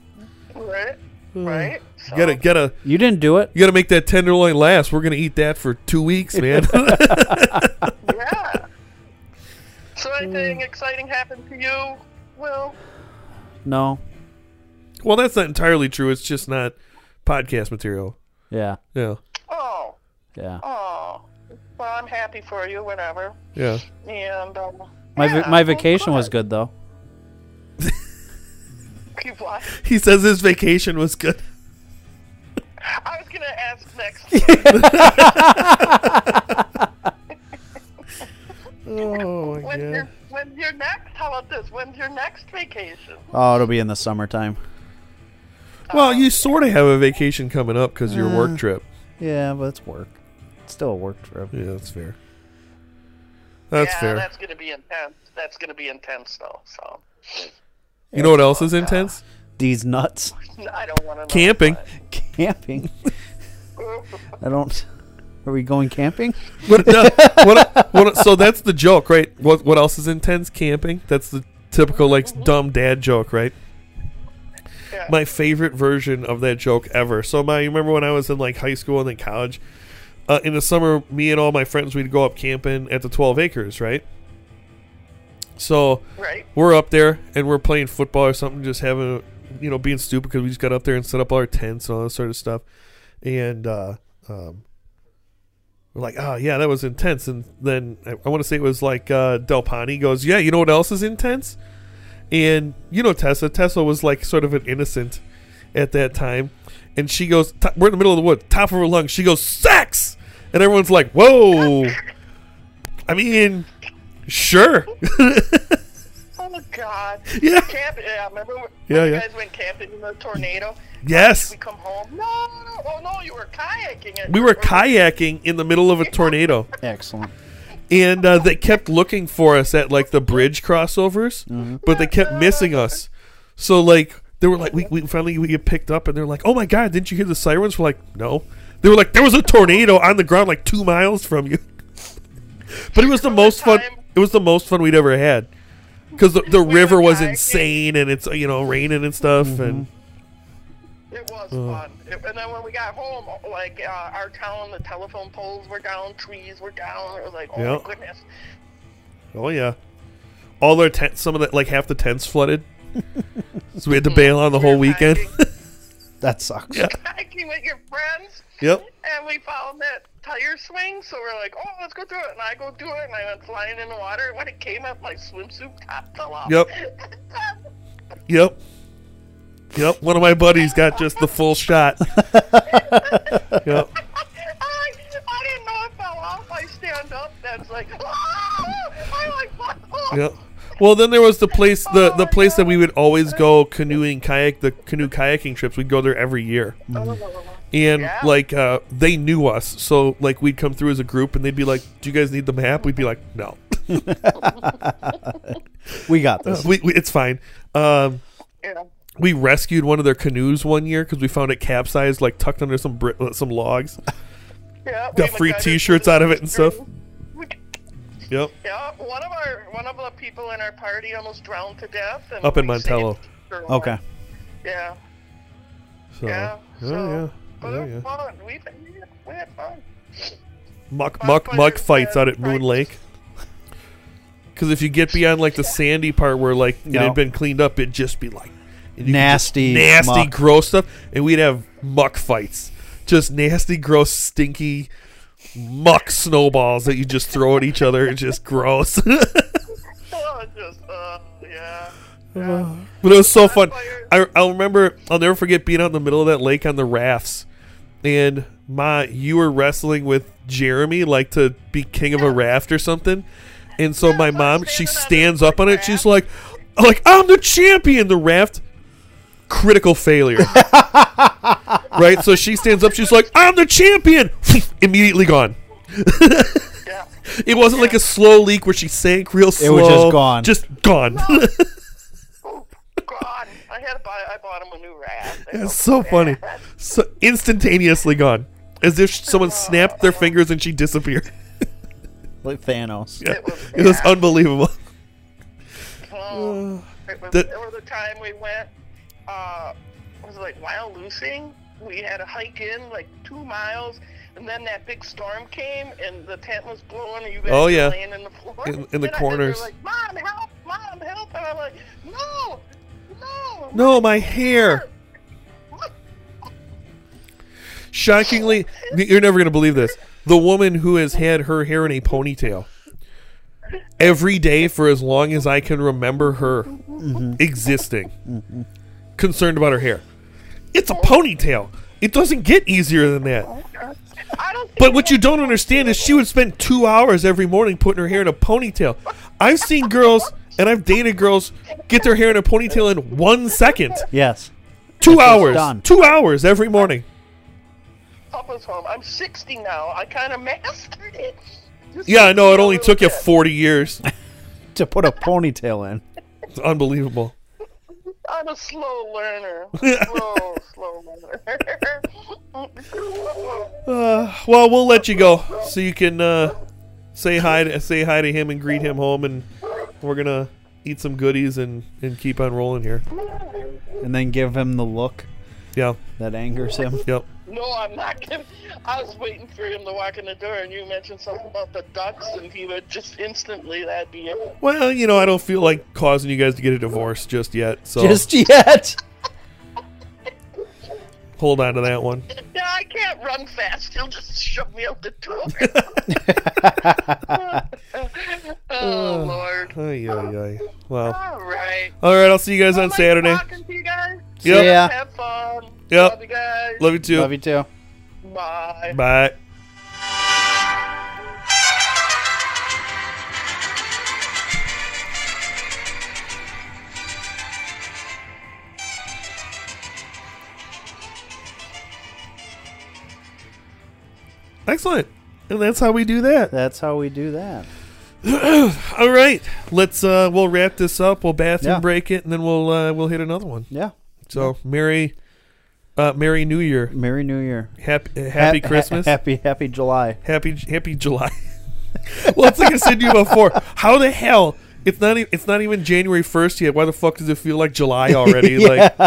H: right, right. So,
B: Mm. Gotta, gotta,
A: You didn't do it.
B: you gotta make that tenderloin last. We're gonna eat that for two weeks, man.
H: yeah. So
B: Mm.
H: anything exciting happened to you? Well,
A: No.
B: well, that's not entirely true. It's just not podcast material.
A: Yeah.
B: Yeah,
H: oh,
A: Yeah.
H: oh. Well, I'm happy for you. Whatever.
B: yeah.
H: And um,
A: My
H: yeah,
A: va- my
H: of
A: vacation was
H: course.
A: good though.
H: Keep watching.
B: He says his vacation was good.
H: I was gonna ask next.
B: Oh my
H: When's
B: god.
H: your, when's your next? How about this? When's your next vacation?
A: Oh, it'll be in the summertime.
B: Well, you sort of have a vacation coming up because your work trip.
A: Yeah, but it's work. It's still a work trip.
B: Yeah, that's fair. That's
H: yeah,
B: fair.
H: That's gonna be intense. That's gonna be intense though. So
B: you know what else is intense?
A: These nuts
H: I don't want to.
B: Camping.
A: camping. I don't. Are we going camping?
B: What, no, uh, what, what- so that's the joke, right? What what else is intense? Camping. That's the typical like dumb dad joke, right?
H: Yeah.
B: My favorite version of that joke ever. So my you remember when I was in like high school and then college, uh, in the summer, me and all my friends, we'd go up camping at the 12 acres, right? So
H: Right.
B: we're up there and we're playing football or something, just having, a, you know, being stupid because we just got up there and set up all our tents and all that sort of stuff. And uh, um, we're like, oh, yeah, that was intense. And then I, I want to say it was like uh, Del Pani goes, yeah, you know what else is intense? And, you know, Tessa, Tessa was like sort of an innocent at that time. And she goes, to- we're in the middle of the wood, top of her lungs. She goes, sex! And everyone's like, whoa. I mean, sure.
H: Oh my god.
B: Yeah.
H: Camp. Yeah. Remember when
B: Yeah,
H: you
B: yeah.
H: guys went camping in the tornado?
B: yes.
H: We come home. No. Oh no, you were kayaking. It.
B: We were kayaking in the middle of a tornado,
A: Excellent.
B: and uh, they kept looking for us at like the bridge crossovers, but they kept missing us. So like they were like, we, we finally we get picked up, and they're like, oh my god, didn't you hear the sirens? We're like, no. They were like, there was a tornado on the ground like two miles from you. but it was the most fun.
H: time-
B: It was the most fun we'd ever had because the, the
H: were
B: river was
H: kayaking.
B: insane, and it's you know raining and stuff, and
H: It was
B: Oh.
H: fun. It, and then when we got home, like uh, our town, the telephone poles were down, trees were down. It was like, oh
B: Yeah.
H: my goodness.
B: Oh yeah, all their tents. Some of the like half the tents flooded, so we had to bail on the whole
H: We were
B: weekend.
H: kayaking-
A: That sucks.
B: Yeah.
H: kayaking with your friends.
B: yep.
H: And we found that tire swing, so we're like, oh, let's go do it. And I go do it, and I went flying in the water. And when it came up, my swimsuit top fell off.
B: Yep. Yep. Yep. One of my buddies got just the full shot. yep.
H: I, I didn't know it fell off. I stand up, and it's like, oh! I'm like, what?
B: Yep. Well, then there was the place the the place that we would always go canoeing kayak the canoe kayaking trips. We'd go there every year. And
H: Yeah.
B: like uh, they knew us, so like we'd come through as a group, and they'd be like, "Do you guys need the map?" We'd be like, "No."
A: We got this.
B: we, we, it's fine. Um,
H: Yeah.
B: we rescued one of their canoes one year because we found it capsized, like tucked under some bri- uh, some logs.
H: Yeah, we
B: Got
H: even
B: free
H: it
B: T-shirts
H: to the
B: out of it and stuff. Yep,
H: Yeah, one of our one of the people in our party almost drowned to death. And
B: Up in
H: we
B: Montello.
H: saved her life.
A: Okay.
H: Yeah.
B: so
H: Yeah.
B: yeah,
H: So,
B: Oh. yeah,
H: But
B: yeah,
H: it
B: yeah.
H: was fun. We, we, had, we had fun.
B: Muck
H: Bonfire
B: muck muck fights out at Moon
H: uh, fights.
B: Lake. Because if you get beyond like the sandy part where like it
A: No.
B: had been cleaned up, it'd just be like and you could just-
A: Nasty.
B: nasty,
A: muck.
B: gross stuff, and we'd have muck fights, just nasty, gross, stinky muck snowballs that you just throw at each other. It's just gross.
H: Oh, it just uh, yeah. yeah.
B: But it was so fun.
H: Bonfires.
B: I, I'll remember, I'll never forget being out in the middle of that lake on the rafts. And my, you were wrestling with Jeremy, like to be king of a raft or something. And so my
H: so I'm
B: mom, she
H: standing
B: stands
H: on
B: up on
H: this
B: it. She's like, like I'm the champion. The raft, critical failure. right. So she stands up. She's like, I'm the champion. Immediately gone.
H: Yeah.
B: It wasn't like a slow leak where she sank real slow.
A: was just gone.
B: Just gone.
H: Oh God! I had to buy. I bought him a new raft.
B: It's so funny. So instantaneously gone. As if someone snapped their fingers and she disappeared.
A: Like Thanos.
B: Yeah.
H: It was
B: It was
H: bad.
B: unbelievable.
H: Oh, it was,
B: that-
H: it was the time we went. Uh, it was like Wild Loosing. We had to hike in like two miles, and then that big storm came, and the tent was blowing, and you guys
B: Oh,
H: were
B: yeah.
H: laying in the floor,
B: In- in the
H: And I- and they were
B: corners.
H: like, "Mom, help! Mom, help!" And I'm like, "No, no,
B: No, my hair. Shockingly, you're never going to believe this. The woman who has had her hair in a ponytail every day for as long as I can remember her existing, concerned about her hair. It's a ponytail. It doesn't get easier than that.
H: I don't." Think
B: But what you don't understand is she would spend two hours every morning putting her hair in a ponytail. I've seen girls and I've dated girls get their hair in a ponytail in one second.
A: Yes.
B: Two hours.
A: done.
B: Two hours every morning.
H: Papa's home. I'm 60 now. I kind of mastered it. Just
B: Yeah, I know it
H: a
B: only
H: little
B: took you
H: bit.
B: 40 years.
A: To put a ponytail in.
B: It's unbelievable.
H: I'm a slow learner. Slow, slow learner.
B: Uh, well, we'll let you go so you can uh, say hi to, say hi to him and greet him home and we're going to eat some goodies and, and keep on rolling here.
A: And then give him the look
B: Yeah.
A: that angers him.
B: Yep.
H: No, I'm not giving. I was waiting for him to walk in the door, and you mentioned something about the ducks, and he would just instantly that'd be it.
B: Well, you know, I don't feel like causing you guys to get a divorce just yet. So
A: Just yet.
B: hold on to that one.
H: Yeah, I can't run fast. He'll just shove me out the door. oh Lord!
B: Ay, ay, ay. Well,
H: All right.
B: all right. I'll see you guys on
H: Nice
B: Saturday.
H: talking to you guys.
B: Yep.
A: Yeah.
H: Have fun.
B: Yep.
H: Love you guys.
B: Love you too.
A: Love you too.
H: Bye.
B: Bye. Excellent. And that's how we do that.
A: That's how we do that.
B: All right. Let's uh we'll wrap this up. We'll bathroom
A: Yeah.
B: break it and then we'll uh we'll hit another one.
A: Yeah.
B: So, Merry uh Merry New Year.
A: Merry New Year.
B: Happy Happy
A: Ha- ha-
B: Christmas.
A: happy Happy July.
B: Happy Happy July. well, it's like I said to you before. How the hell? It's not. e- It's not even January first yet. Why the fuck does it feel like July already? Like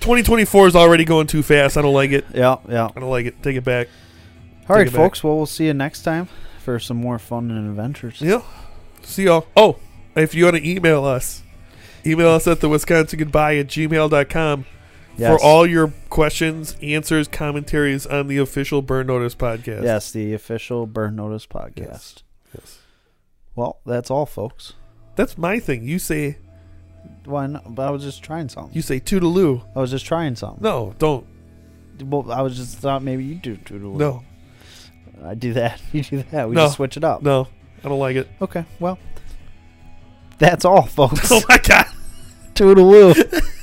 B: 2024 is already going too fast. I don't like it.
A: Yeah, yeah.
B: I don't like it. Take it back.
A: All
B: Take
A: right,
B: it back.
A: folks. Well, we'll see you next time for some more fun and adventures.
B: Yeah. See y'all. Oh, if you want to email us, email us at the Wisconsin Goodbye at gmail.com
A: Yes.
B: for all your questions, answers, commentaries on the official Burn Notice podcast.
A: Yes, the official Burn Notice podcast.
B: Yes.
A: Well, that's all, folks.
B: That's my thing. You say
A: Why not? But I was just trying something.
B: you say toodaloo.
A: I was just trying something.
B: No, don't.
A: Well, I was just thought maybe you do doodle.
B: No.
A: I do that. You do that. We
B: No.
A: just switch it up.
B: No, I don't like it.
A: Okay. Well, that's all, folks.
B: Oh my god.
A: Toodaloo.